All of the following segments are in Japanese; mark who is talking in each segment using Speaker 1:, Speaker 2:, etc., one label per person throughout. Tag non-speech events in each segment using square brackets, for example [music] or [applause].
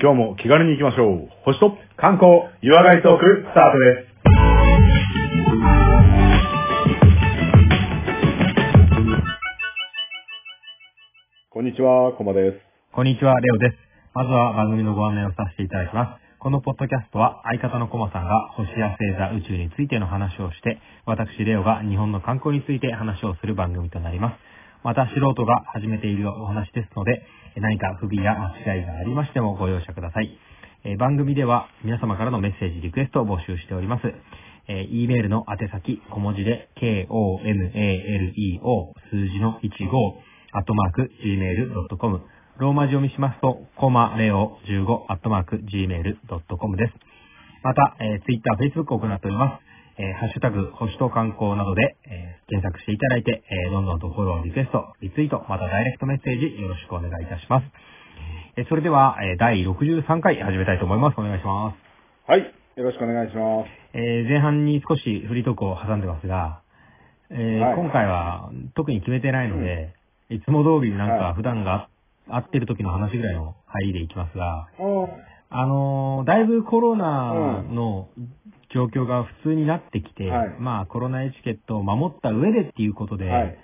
Speaker 1: 今日も気軽に行きましょう。星と
Speaker 2: 観光、岩貝トーク、スタートです。
Speaker 1: こんにちは、コマです。
Speaker 3: こんにちは、レオです。まずは番組のご案内をさせていただきます。このポッドキャストは相方のコマさんが星や星座、宇宙についての話をして、私、レオが日本の観光について話をする番組となります。また、素人が始めているお話ですので、何か不備や間違いがありましてもご容赦ください。えー番組では皆様からのメッセージ、リクエストを募集しております。えー、E メールの宛先、小文字で、k-o-m-a-l-e-o、数字の15、アットマーク、gmail.com。ローマ字読みしますと、コマレオ15、アットマーク、gmail.com です。また、えー、Twitter、Facebook を行っております。えーハッシュタグ、星と観光などで、えー検索していただいて、えーどんどんとフォロー、リクエスト、リツイート、またダイレクトメッセージ、よろしくお願いいたします。えーそれでは、えー第63回始めたいと思います。お願いします。
Speaker 1: はい、よろしくお願いします。
Speaker 3: えー前半に少しフリートークを挟んでますが、えー
Speaker 1: はい
Speaker 3: 今回は特に決めてないので、いつも通りなん
Speaker 1: はい
Speaker 3: か普段が合ってる時の話ぐらいの入りでいきますが、
Speaker 1: おー
Speaker 3: あのーだいぶコロナの状況が普通になってきて、
Speaker 1: はい
Speaker 3: まあコロナエチケットを守った上でっていうことで、
Speaker 1: はい。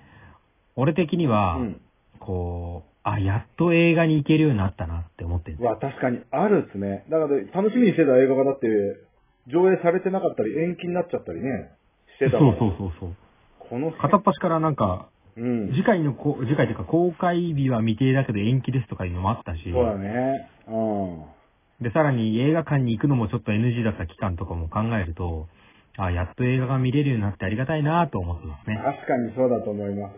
Speaker 3: 俺的には、
Speaker 1: うん。
Speaker 3: こう、あ、やっと映画に行けるようになったなって思ってるん
Speaker 1: う
Speaker 3: です。
Speaker 1: わ、確かにあるっすね。だから、楽しみにしてた映画がだって、上映されてなかったり、延期になっちゃったりね、して
Speaker 3: そ
Speaker 1: た
Speaker 3: う
Speaker 1: もん
Speaker 3: そうそうそう。
Speaker 1: この
Speaker 3: 片っ端からなんか、
Speaker 1: うん。
Speaker 3: 次回のこ、次回というか公開日は未定だけど延期ですとかいうのもあったし、
Speaker 1: そうだね。うん。
Speaker 3: で、さらに映画館に行くのもちょっと NG だった期間とかも考えると、あ、やっと映画が見れるようになってありがたいなと思ってますね。
Speaker 1: 確かにそうだと思います。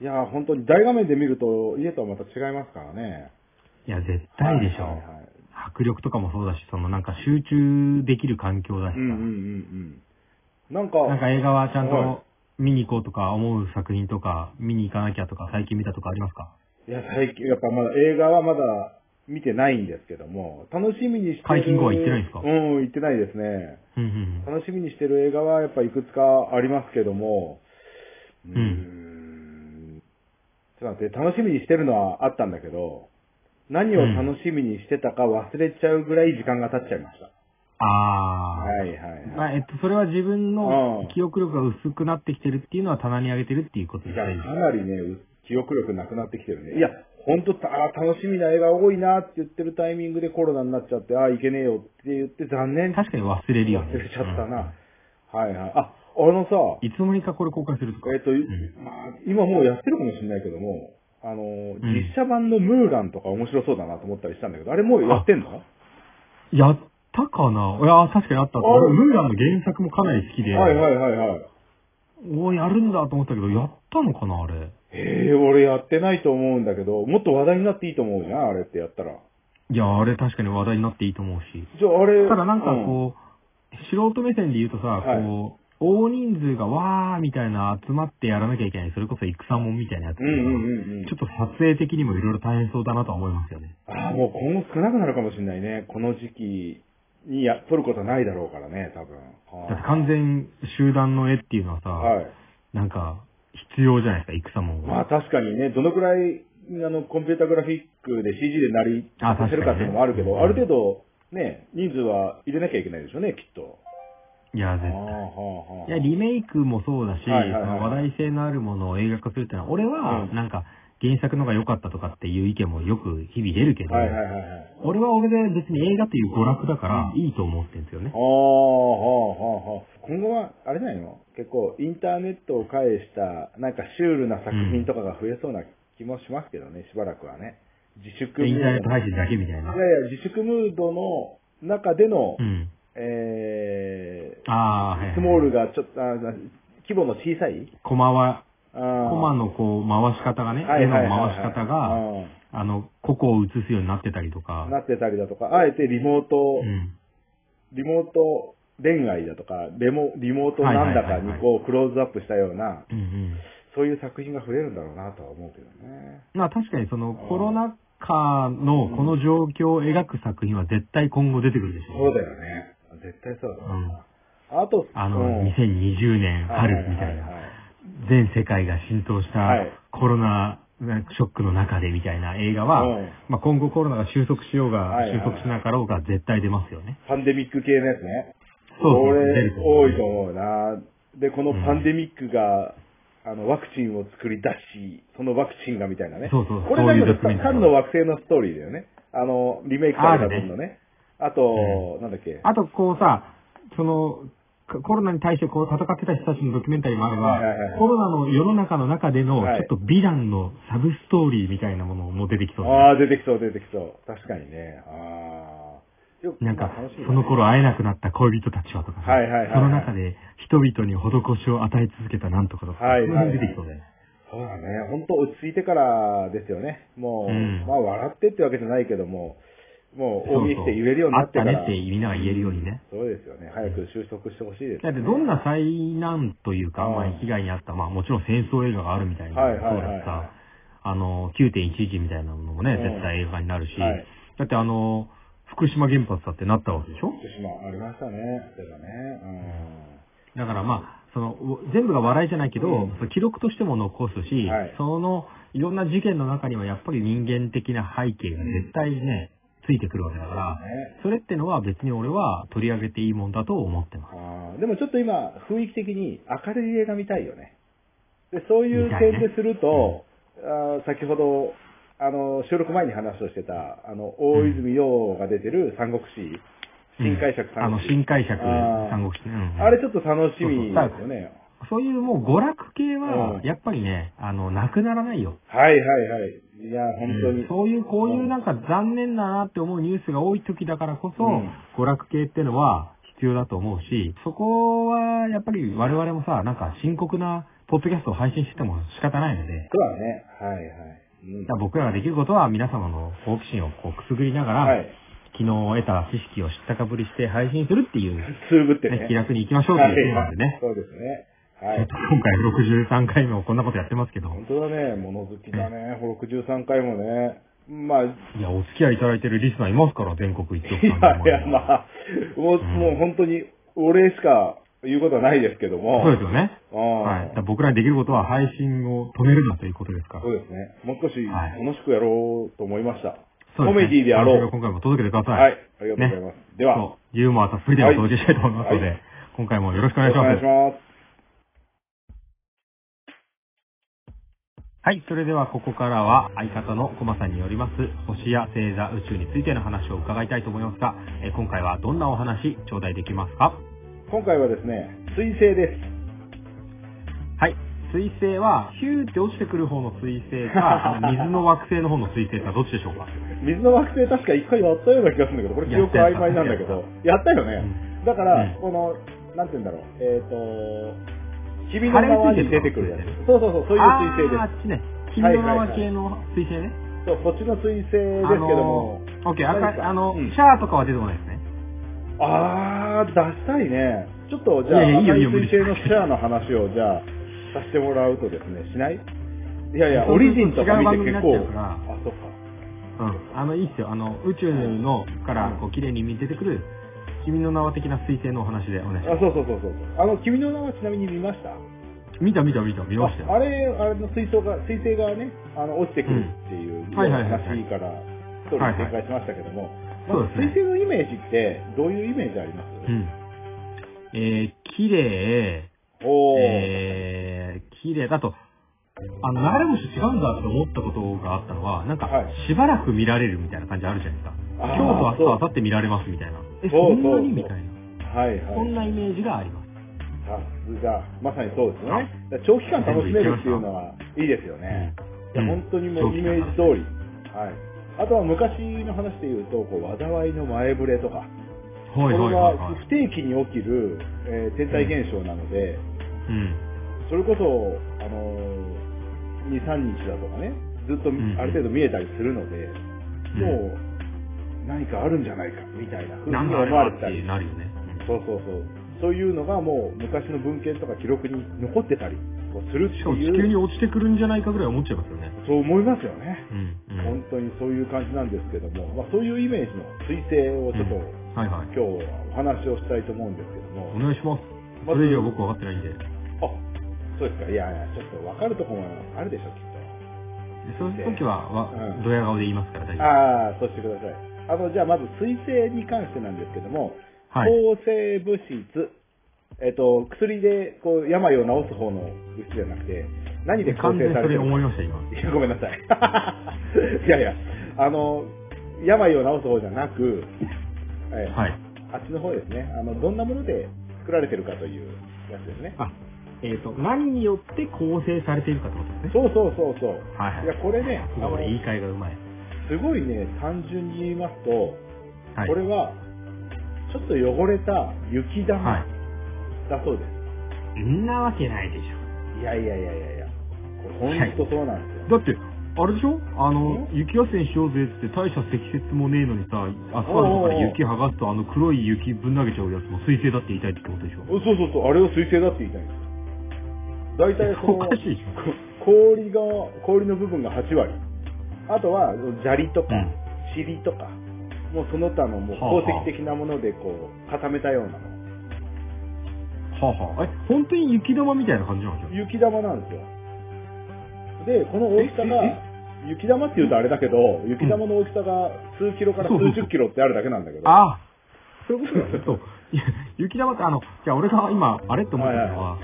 Speaker 1: いやー、本当に大画面で見ると、家とはまた違いますからね。
Speaker 3: いや、絶対でしょ
Speaker 1: はいはいはい
Speaker 3: 迫力とかもそうだし、そのなんか集中できる環境だし
Speaker 1: う
Speaker 3: さ、
Speaker 1: んうんうんうん。なんか、
Speaker 3: なんか映画はちゃん
Speaker 1: は
Speaker 3: と見に行こうとか思う作品とか、見に行かなきゃとか最近見たとかありますか
Speaker 1: いや、最近、やっぱまだ映画はまだ見てないんですけども、楽しみにしてる。
Speaker 3: 解禁後は行ってないんですか
Speaker 1: うん、行ってないですね。
Speaker 3: うんうん
Speaker 1: 楽しみにしてる映画はやっぱいくつかありますけども、うー。
Speaker 3: うん
Speaker 1: ちょっと待って、楽しみにしてるのはあったんだけど、何を楽しみにしてたか忘れちゃうぐらい時間が経っちゃいました。
Speaker 3: うん。あー。
Speaker 1: はいはいはい。
Speaker 3: まあ、えっと、それは自分
Speaker 1: うん
Speaker 3: の記憶力が薄くなってきてるっていうのは棚に上げてるっていうことです
Speaker 1: いや、
Speaker 3: ね。
Speaker 1: かなりね、う記憶力なくなってきてるね。いや、ほんと、あー楽しみな映画多いなって言ってるタイミングでコロナになっちゃって、ああ、いけねえよって言って残念って
Speaker 3: 確かに忘れるよ、ね。
Speaker 1: 忘れちゃったな。はいはい。あ、あのさ、
Speaker 3: うん。いつの間にかこれ公開するとか。
Speaker 1: えっと、
Speaker 3: ん
Speaker 1: まあ今もうやってるかもしれないけども、あのー、
Speaker 3: ん
Speaker 1: 実写版のムーランとか面白そうだなと思ったりしたんだけど、あれもうやってんの
Speaker 3: やったかないや、確かにあった。
Speaker 1: あ
Speaker 3: 俺、ムーランの原作もかなり好きで、
Speaker 1: はいはいはいはい。
Speaker 3: おーやるんだと思ったけど、やったのかなあれ。
Speaker 1: ええ俺やってないと思うんだけど、もっと話題になっていいと思うな、あれってやったら。
Speaker 3: いや、あれ確かに話題になっていいと思うし。
Speaker 1: じゃああれ、
Speaker 3: ただなんか
Speaker 1: うん
Speaker 3: こう、素人目線で言うとさ、
Speaker 1: はい
Speaker 3: こう、大人数がわーみたいな集まってやらなきゃいけない、それこそ戦もんみたいなやつ、
Speaker 1: うんうんうんうん
Speaker 3: ちょっと撮影的にもいろいろ大変そうだなとは思いますよね。
Speaker 1: ああ、もう今後少なくなるかもしれないね。この時期にや、撮ることはないだろうからね、多分。あー
Speaker 3: だって完全集団の絵っていうのはさ、
Speaker 1: はい。
Speaker 3: なんか、必要じゃないですか、戦もんは。
Speaker 1: まあ確かにね、どのくらい、あの、コンピュータグラフィックで CG でなり
Speaker 3: あ
Speaker 1: させるかっていうのもあるけど、あ,、
Speaker 3: 確かにね
Speaker 1: る程度、ね、人数は入れなきゃいけないでしょうね、きっと。
Speaker 3: いや、絶
Speaker 1: あー
Speaker 3: 対。
Speaker 1: はあはい
Speaker 3: や、リメイクもそうだし、
Speaker 1: はいはいはい
Speaker 3: その話題性のあるものを映画化するってのは、俺は
Speaker 1: う、ん
Speaker 3: なんか、原作のが良かったとかっていう意見もよく日々出るけど、
Speaker 1: はいはいはいはい。
Speaker 3: 俺は俺で別に映画という娯楽だから、いいと思ってるんですよね
Speaker 1: あ。あ、はあ、はあ、はあ。今後は、あれじゃないの結構、インターネットを介した、なんかシュールな作品とかが増えそうな気もしますけどね、しばらくはね。自粛ム
Speaker 3: イン
Speaker 1: ー
Speaker 3: ターネッ
Speaker 1: ド。
Speaker 3: ト配信だけみたいない
Speaker 1: やいや、自粛ムードの中での、
Speaker 3: うん。
Speaker 1: え
Speaker 3: ああ、はい、は
Speaker 1: ー、
Speaker 3: い。
Speaker 1: スモールがちょっと、あな規模の小さい
Speaker 3: コマは、
Speaker 1: あ
Speaker 3: コマのこう、回し方がね、絵の回し方が、あの、個々を映すようになってたりとか、
Speaker 1: なってたりだとか、あえてリモート、
Speaker 3: うん。
Speaker 1: リモート恋愛だとか、レモリモートなんだかにこう、クローズアップしたような、
Speaker 3: うんうん。
Speaker 1: そういう作品が増えるんだろうなとは思うけどね。
Speaker 3: まあ確かにそのコロナ禍のこの状況を描く作品は絶対今後出てくるでしょ
Speaker 1: だよね。絶対そうだ
Speaker 3: う。ん。
Speaker 1: な。あと、
Speaker 3: あ
Speaker 1: う
Speaker 3: の、
Speaker 1: ん
Speaker 3: 2020年春みたい
Speaker 1: はは
Speaker 3: な、
Speaker 1: は
Speaker 3: 全世界が浸透し
Speaker 1: はい
Speaker 3: たコロナなんかショックの中でみたいな映画は、
Speaker 1: うん
Speaker 3: まあ、今後コロナが収束しようが、
Speaker 1: はいはいはい
Speaker 3: 収束しなかろうが絶対出ますよね。
Speaker 1: パンデミック系のやつね。
Speaker 3: そうそう
Speaker 1: こ
Speaker 3: 出
Speaker 1: れ
Speaker 3: ると思う
Speaker 1: 多いと思うな。で、このパンデミックが、あの、ワクチンを作り出し、そのワクチンがみたいなね。
Speaker 3: そうそう
Speaker 1: これだけ
Speaker 3: そういう
Speaker 1: で
Speaker 3: ドキュメンタリー
Speaker 1: 缶の惑星のストーリーだよね。あの、リメイクされた
Speaker 3: あるね
Speaker 1: 分のね。あと、なんだっけ。
Speaker 3: あと、こうさ、その、かコロナに対してこう戦ってた人たちのドキュメンタリーもあれば、
Speaker 1: はいはいはい
Speaker 3: コロナの世の中の中での、
Speaker 1: はい
Speaker 3: ちょっと美談のサブストーリーみたいなものも出てきそう
Speaker 1: ああ、出てきそう、出てきそう。確かにね。ああ。よく
Speaker 3: なんか
Speaker 1: まあ楽しみ、だね
Speaker 3: その頃会えなくなった恋人たちはとかさ、
Speaker 1: はいはいはいはい
Speaker 3: その中で人々に施しを与え続けたなんとかとか、
Speaker 1: はいはいはい
Speaker 3: そういうの出てきそうだよね。
Speaker 1: そうだね。本当落ち着いてからですよね。もう、
Speaker 3: うん
Speaker 1: まあ、笑ってってわけじゃないけども、もう、大見えし
Speaker 3: そうそう
Speaker 1: て言えるようになってから。
Speaker 3: あったねってみんなが言えるようにね。
Speaker 1: そうですよね。早く収束してほしいです、
Speaker 3: だ
Speaker 1: ね。
Speaker 3: ってどんな災難というか、
Speaker 1: うん
Speaker 3: まあ、被害にあった、まあもちろん戦争映画があるみたいな、
Speaker 1: はいはいはい
Speaker 3: そうだしさ、あの、9.11みたいなのもね、
Speaker 1: うん
Speaker 3: 絶対映画になるし、
Speaker 1: はい
Speaker 3: だってあの、福島原発だってなったわけでしょ
Speaker 1: 福島ありましたね。そうだね。
Speaker 3: だからまあ、その、お全部が笑いじゃないけど、
Speaker 1: うん
Speaker 3: その記録としても残すし、
Speaker 1: はい
Speaker 3: その、いろんな事件の中にはやっぱり人間的な背景が絶対ね、ついてくるわけだか
Speaker 1: う
Speaker 3: ら、
Speaker 1: ん。ね。
Speaker 3: それってのは別に俺は取り上げていいもんだと思ってます。
Speaker 1: あーでもちょっと今、雰囲気的に明るい映画見たいよね。で、そういう
Speaker 3: 見たい
Speaker 1: 点
Speaker 3: ね
Speaker 1: ですると、あー先ほど、あの、収録前に話をしてた、あの、大泉洋が出てる三国志、新解釈
Speaker 3: あ
Speaker 1: 三
Speaker 3: の
Speaker 1: 国、志。
Speaker 3: 新解釈、
Speaker 1: あー
Speaker 3: 三国志ね。うん
Speaker 1: あれちょっと楽しみですよね。
Speaker 3: そういうもう娯楽系は
Speaker 1: う、ん
Speaker 3: やっぱりね、あの、なくならないよ。
Speaker 1: はいはいはい。いや、本当に。
Speaker 3: そういう、こういうなんか残念だなって思うニュースが多い時だからこそ、
Speaker 1: うん
Speaker 3: 娯楽系ってのは必要だと思うし、そこはやっぱり我々もさ、なんか深刻なポッドキャストを配信しても仕方ないので、
Speaker 1: そうだね。はいはい。うん
Speaker 3: だから僕らができることは皆様の好奇心をこうくすぐりながら、
Speaker 1: はい。
Speaker 3: 昨日得た知識を知ったかぶりして配信するっていう、ね、
Speaker 1: つぶってね。
Speaker 3: 気楽に行きましょうっていうことでね。
Speaker 1: そうですね。は
Speaker 3: ちょっ
Speaker 1: い
Speaker 3: と。今回63回目もこんなことやってますけど、
Speaker 1: 本当だね。物好きだね。63回もね。まあ、い
Speaker 3: いや、お付き合いいただいてるリスナーいますから、全国一億
Speaker 1: や
Speaker 3: 3
Speaker 1: いや、まあ、もう、もう本当に、お礼しか言うことはないですけども。
Speaker 3: そうですよね。
Speaker 1: うん
Speaker 3: はい。だから僕らにできることは配信を止めるなということですから。
Speaker 1: そうですね。もう少し
Speaker 3: はい
Speaker 1: 楽しくやろうと思いました。
Speaker 3: そう
Speaker 1: コ
Speaker 3: すね
Speaker 1: メディであろ
Speaker 3: 楽しみを
Speaker 1: う。
Speaker 3: 今回も届けてください。
Speaker 1: はい。ありがとうございます。では、よ
Speaker 3: そうユーモアたっぷりでお届けしたいと思いますので、
Speaker 1: は
Speaker 3: 今回もよろしくお
Speaker 1: ろ
Speaker 3: 願い
Speaker 1: し
Speaker 3: し
Speaker 1: くお
Speaker 3: ま
Speaker 1: 願い
Speaker 3: す
Speaker 1: し。ます。
Speaker 3: はい、それではここからは相方のコマさんによります星や星座宇宙についての話を伺いたいと思いますが、えー今回はどんなお話頂戴できますか
Speaker 1: 今回はですね、水星です。
Speaker 3: はい、水星はヒューって落ちてくる方の水星
Speaker 1: [laughs]
Speaker 3: か、あの水の惑星の方の水星かどっちでしょうか
Speaker 1: 水の惑星確か一回やったような気がするんだけど、これ記憶曖昧なんだけど、やったよね。だから、
Speaker 3: う
Speaker 1: この、なんて言うんだろう、えっ、と、君の側に出てくるや
Speaker 3: あれ水
Speaker 1: つ。そうそうそう、そういう水星
Speaker 3: あーあ
Speaker 1: で
Speaker 3: っちね。金
Speaker 1: はい
Speaker 3: の
Speaker 1: はいはい
Speaker 3: 縄系の水星ね。
Speaker 1: す。そう、こっちの水星ですけど
Speaker 3: あ
Speaker 1: も、
Speaker 3: のー、オッケー、
Speaker 1: 何
Speaker 3: 赤い
Speaker 1: か
Speaker 3: あの、
Speaker 1: うん
Speaker 3: シャーとかは出てこないですね。
Speaker 1: あー、出したいね。ちょっと、じゃあ、
Speaker 3: いやいやいいよいい
Speaker 1: 赤
Speaker 3: よ
Speaker 1: 水星のシェアの話を、じゃあ、させてもらうとですね、しないいやいや、
Speaker 3: そう
Speaker 1: オリジンとか見
Speaker 3: 違う番組
Speaker 1: て
Speaker 3: にな
Speaker 1: 結
Speaker 3: っ
Speaker 1: 構
Speaker 3: ちゃう、から
Speaker 1: あ、そっか。
Speaker 3: うん。あの、いいっすよ。あの、宇宙の、から、こう、綺麗に見出てくる、君の名は的な水星のお話でお願いし
Speaker 1: あ、そうそうそうそう。あの、君の名はちなみに見ました
Speaker 3: ます。見た見た見た、見ました
Speaker 1: ああ
Speaker 3: よ。
Speaker 1: れ、あれの水槽が、水星がね、あの、落ちてくるっていう
Speaker 3: うん
Speaker 1: 話
Speaker 3: はいはいはいはい
Speaker 1: から、ストーリー展開しましたけども、
Speaker 3: そうです
Speaker 1: 水
Speaker 3: ね。
Speaker 1: 星のイメージって、どういうイメージあります
Speaker 3: うん。えー、綺麗、
Speaker 1: おー、
Speaker 3: えー、綺麗だと、あの、流れ星違うんだと思ったことがあったのは、なんか
Speaker 1: はい、
Speaker 3: しばらく見られるみたいな感じあるじゃないです
Speaker 1: あ
Speaker 3: か。
Speaker 1: ー
Speaker 3: 今日と明日、明後日見られますみたいな。え、
Speaker 1: そ
Speaker 3: そ
Speaker 1: うんそうそ
Speaker 3: なに
Speaker 1: う
Speaker 3: みたいな。
Speaker 1: はいはい。
Speaker 3: そんなイメージがあります。
Speaker 1: さすが、まさにそうですね。だから長期間楽しめるっていうのは、いいですよね。い
Speaker 3: うん
Speaker 1: や、本当にもうイメージ通り。はい。あとは昔の話で言うと、こう、災いの前触れとか、
Speaker 3: はいはいはい
Speaker 1: こ
Speaker 3: は
Speaker 1: れ
Speaker 3: い
Speaker 1: は。不定期に起きる、えー天体現象なので、
Speaker 3: うん。
Speaker 1: それこそ、あのー、2、3日だとかね、ずっと
Speaker 3: んうん
Speaker 1: ある程度見えたりするので、
Speaker 3: ん
Speaker 1: もう何かあるんじゃないかみたいな風に
Speaker 3: なん
Speaker 1: 思
Speaker 3: だあれ
Speaker 1: わ
Speaker 3: は
Speaker 1: れ
Speaker 3: って
Speaker 1: たり、
Speaker 3: なるよね。
Speaker 1: そうそうそう、そういうのがもう昔の文献とか記録に残ってたりこうするって
Speaker 3: しかも地球
Speaker 1: い
Speaker 3: に
Speaker 1: う、
Speaker 3: 落ちてくるんじゃないかぐらい思っちゃいますよね。
Speaker 1: そう思いますよね。
Speaker 3: うん。うん。
Speaker 1: 本当にそういう感じなんですけども、まあ、そういうイメージの彗星をちょっと、
Speaker 3: はいはい。
Speaker 1: 今日はお話をしたいと思うんですけども、
Speaker 3: お願いします。
Speaker 1: まず
Speaker 3: それ以上僕分かってないんで。
Speaker 1: あそうですか、いやいや、ちょっと分かるところもあるでしょ、きっと。
Speaker 3: でそういう時は、わ
Speaker 1: うん
Speaker 3: ドヤ顔で言いますから大丈
Speaker 1: ああ、そうしてください。あの、じゃあまず水性に関してなんですけども、
Speaker 3: 夫。はい。
Speaker 1: 抗生物質、えっと、薬でこう病を治す方の物質じゃなくて、何で構
Speaker 3: 完全
Speaker 1: 成
Speaker 3: に
Speaker 1: されて
Speaker 3: それ
Speaker 1: る
Speaker 3: 思いました、今。
Speaker 1: いや [laughs] ごめんなさい。いやいや、あの、病を治す方じゃなく、えー
Speaker 3: はい。
Speaker 1: あっちの方ですね。あの、どんなもので作られてるかというやつですね。
Speaker 3: あ、えっ、と、何によって構成されているかってことですね。
Speaker 1: そうそうそうそう。
Speaker 3: はいはい
Speaker 1: いや、これね、あ
Speaker 3: すごい
Speaker 1: の
Speaker 3: 俺言い換えがうまい。
Speaker 1: すごいね、単純に言いますと、
Speaker 3: はい。
Speaker 1: これは、ちょっと汚れた雪
Speaker 3: は
Speaker 1: 玉だそうです。
Speaker 3: い。んなわけないでしょ。
Speaker 1: い、やいやいやいやいや、これ本当そうなんですよ。
Speaker 3: だって、あれでしょあの、雪合戦しようぜってって大した積雪もねえのにさ、アスファルトから雪剥がすとあの黒い雪ぶん投げちゃうやつも水性だって言いたいってことでしょ
Speaker 1: そうそうそう、あれを水性だって言いたいんですよ。大体そ
Speaker 3: [laughs] お
Speaker 1: の
Speaker 3: か、しいでしょ
Speaker 1: こ [laughs] 氷が、氷の部分が8割。あとは、砂利とか
Speaker 3: うん、
Speaker 1: 塵とか、もうその他のもう
Speaker 3: はあはあ
Speaker 1: 鉱石的なものでこう、固めたようなの。
Speaker 3: はあ、はあ、え、本当に雪玉みたいな感じなんですよ。
Speaker 1: 雪玉なんですよ。で、この大きさ
Speaker 3: え
Speaker 1: が、雪玉って言うとあれだけど、雪玉の大きさが数キロから
Speaker 3: そうそう
Speaker 1: 数
Speaker 3: そう
Speaker 1: 十キロってあるだけなんだけど。
Speaker 3: ああ、そういうことなんですそう。 [laughs] いや雪玉ってあの、じゃあ俺が今、あれって思ってたのは、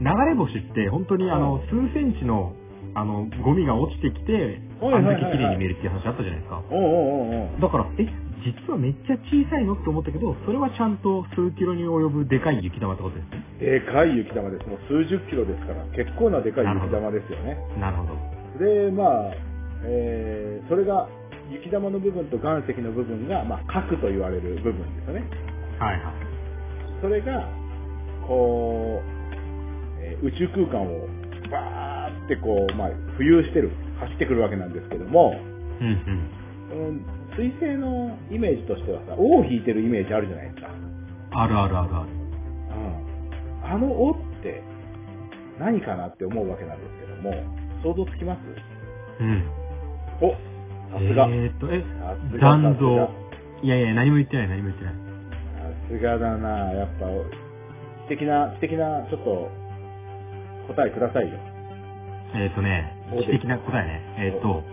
Speaker 3: 流れ星って本当にあの、
Speaker 1: う
Speaker 3: 数センチの、あの、ゴミが落ちてきて、
Speaker 1: は
Speaker 3: あ
Speaker 1: い
Speaker 3: ん
Speaker 1: は
Speaker 3: だ
Speaker 1: いはいはい
Speaker 3: け綺麗に見えるっていう話あったじゃないですか。
Speaker 1: うんうんうんうん。
Speaker 3: だから、え、実はめっちゃ小さいのって思ったけど、それはちゃんと数キロに及ぶでかい雪玉ってことですね。
Speaker 1: でかい雪玉です。もう数十キロですから、結構なでかい雪玉ですよね。
Speaker 3: なるほど。
Speaker 1: で、まあ、えー、それが、雪玉の部分と岩石の部分が、まあ、核と言われる部分ですよね。
Speaker 3: はいはい。
Speaker 1: それが、こう、えー宇宙空間をバーってこう、まあ、浮遊してる、走ってくるわけなんですけども、
Speaker 3: うんうん。
Speaker 1: その水星のイメージとしてはさ、尾を引いてるイメージあるじゃないですか。
Speaker 3: あるあるあるある。
Speaker 1: うん。あの尾って何かなって思うわけなんですけども、想像つきます
Speaker 3: うん。
Speaker 1: おさすが。
Speaker 3: えーっと、え
Speaker 1: さす、が
Speaker 3: 残像。いやいや、何も言ってない何も言ってない。
Speaker 1: さすがだなやっぱ、素敵な、素敵な、ちょっと、答えくださいよ。
Speaker 3: えっ、とね、
Speaker 1: そうです
Speaker 3: 知的な答えね。えっ、と、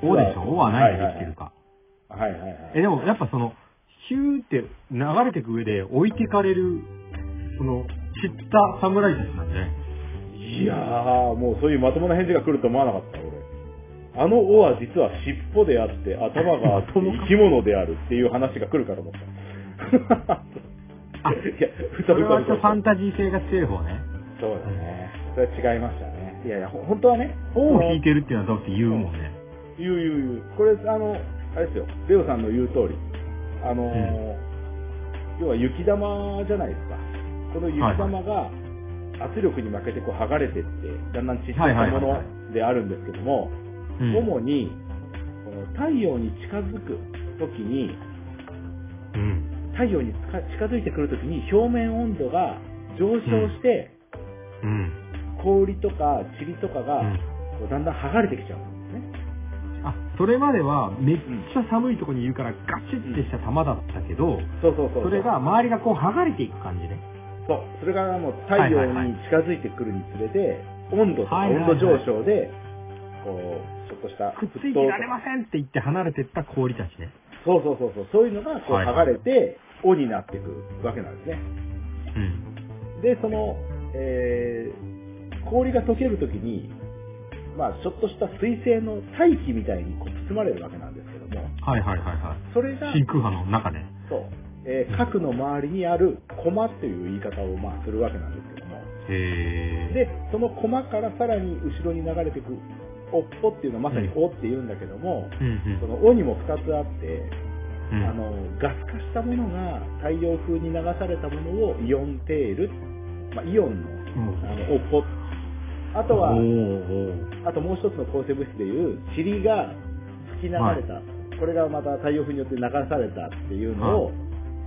Speaker 1: 実
Speaker 3: お
Speaker 1: は
Speaker 3: でしょおは何でできてるか。
Speaker 1: はいはいはい。
Speaker 3: え、でもやっぱその、ヒューって流れていく上で置いてかれる、その、知った侍たちなんで、
Speaker 1: いやー、もうそういうまともな返事が来ると思わなかった、俺。あの尾は実は尻尾であって、頭があって、
Speaker 3: まともか
Speaker 1: 生き物であるっていう話が来るかと思った。
Speaker 3: あ
Speaker 1: [laughs] いや、ふ
Speaker 3: そ
Speaker 1: と
Speaker 3: れ
Speaker 1: ふ
Speaker 3: は
Speaker 1: と
Speaker 3: ちょ
Speaker 1: ふと
Speaker 3: っとファンタジー性が強い方ね。
Speaker 1: そうだね。それは違いましたね。いやいや、ほ本当はね、
Speaker 3: 王を
Speaker 1: その
Speaker 3: 引いてるっていうのはだって言うもんね。
Speaker 1: 言う言う言う。これ、あの、あれですよ、レオさんの言う通り、あのー
Speaker 3: う
Speaker 1: 要は雪玉じゃないですか。この雪玉が圧力に負けてこう剥がれてって、だんだん散ってい
Speaker 3: はいは
Speaker 1: た
Speaker 3: いは
Speaker 1: も
Speaker 3: いはい
Speaker 1: のであるんですけども、
Speaker 3: うん。
Speaker 1: 主にこの太陽に近づく時に、
Speaker 3: うん。
Speaker 1: 太陽につか近づいてくる時に表面温度が上昇して、
Speaker 3: うん。
Speaker 1: 氷とか塵とかが
Speaker 3: うん
Speaker 1: こうだんだん剥がれてきちゃうんですね。
Speaker 3: あ、それまではめっちゃ寒いとこにいるからガチッてした玉だったけど、
Speaker 1: そうそうそうそう
Speaker 3: それが周りがこう剥がれていく感じね。
Speaker 1: そうそれがもう太陽に近づいてくるにつれて、温度とか
Speaker 3: はいはい
Speaker 1: 温
Speaker 3: はい
Speaker 1: 度上昇で、こうちょっとした
Speaker 3: くっつ
Speaker 1: 沸
Speaker 3: いて
Speaker 1: 騰と
Speaker 3: られませんって言って離れてった氷たちね。
Speaker 1: そうそうそうそうそういうのがこう
Speaker 3: はいは
Speaker 1: 剥
Speaker 3: い
Speaker 1: がれて尾になっていくわけなんですね
Speaker 3: うん。
Speaker 1: でその、えー氷が溶けるときにまあちょっとした水星の大気みたいにこう包まれるわけなんですけども
Speaker 3: はいはいはいはい。
Speaker 1: それが
Speaker 3: 真空波の中で。
Speaker 1: そう、えー核の周りにある駒っていう言い方をまあするわけなんですけども
Speaker 3: へ
Speaker 1: で、その駒からさらに後ろに流れていく、尾っぽっていうのはまさに尾って言うんだけども、
Speaker 3: うん
Speaker 1: その尾にも2つあって、
Speaker 3: うん。
Speaker 1: あの、ガス化したものが太陽風に流されたものをイオンテール、まあ、イオンの
Speaker 3: うん
Speaker 1: あの尾っぽ。あとは
Speaker 3: お、ーおー
Speaker 1: あともう一つの構成物質でいう、塵が吹き流れた、これがまた太陽風によって流されたっていうのを、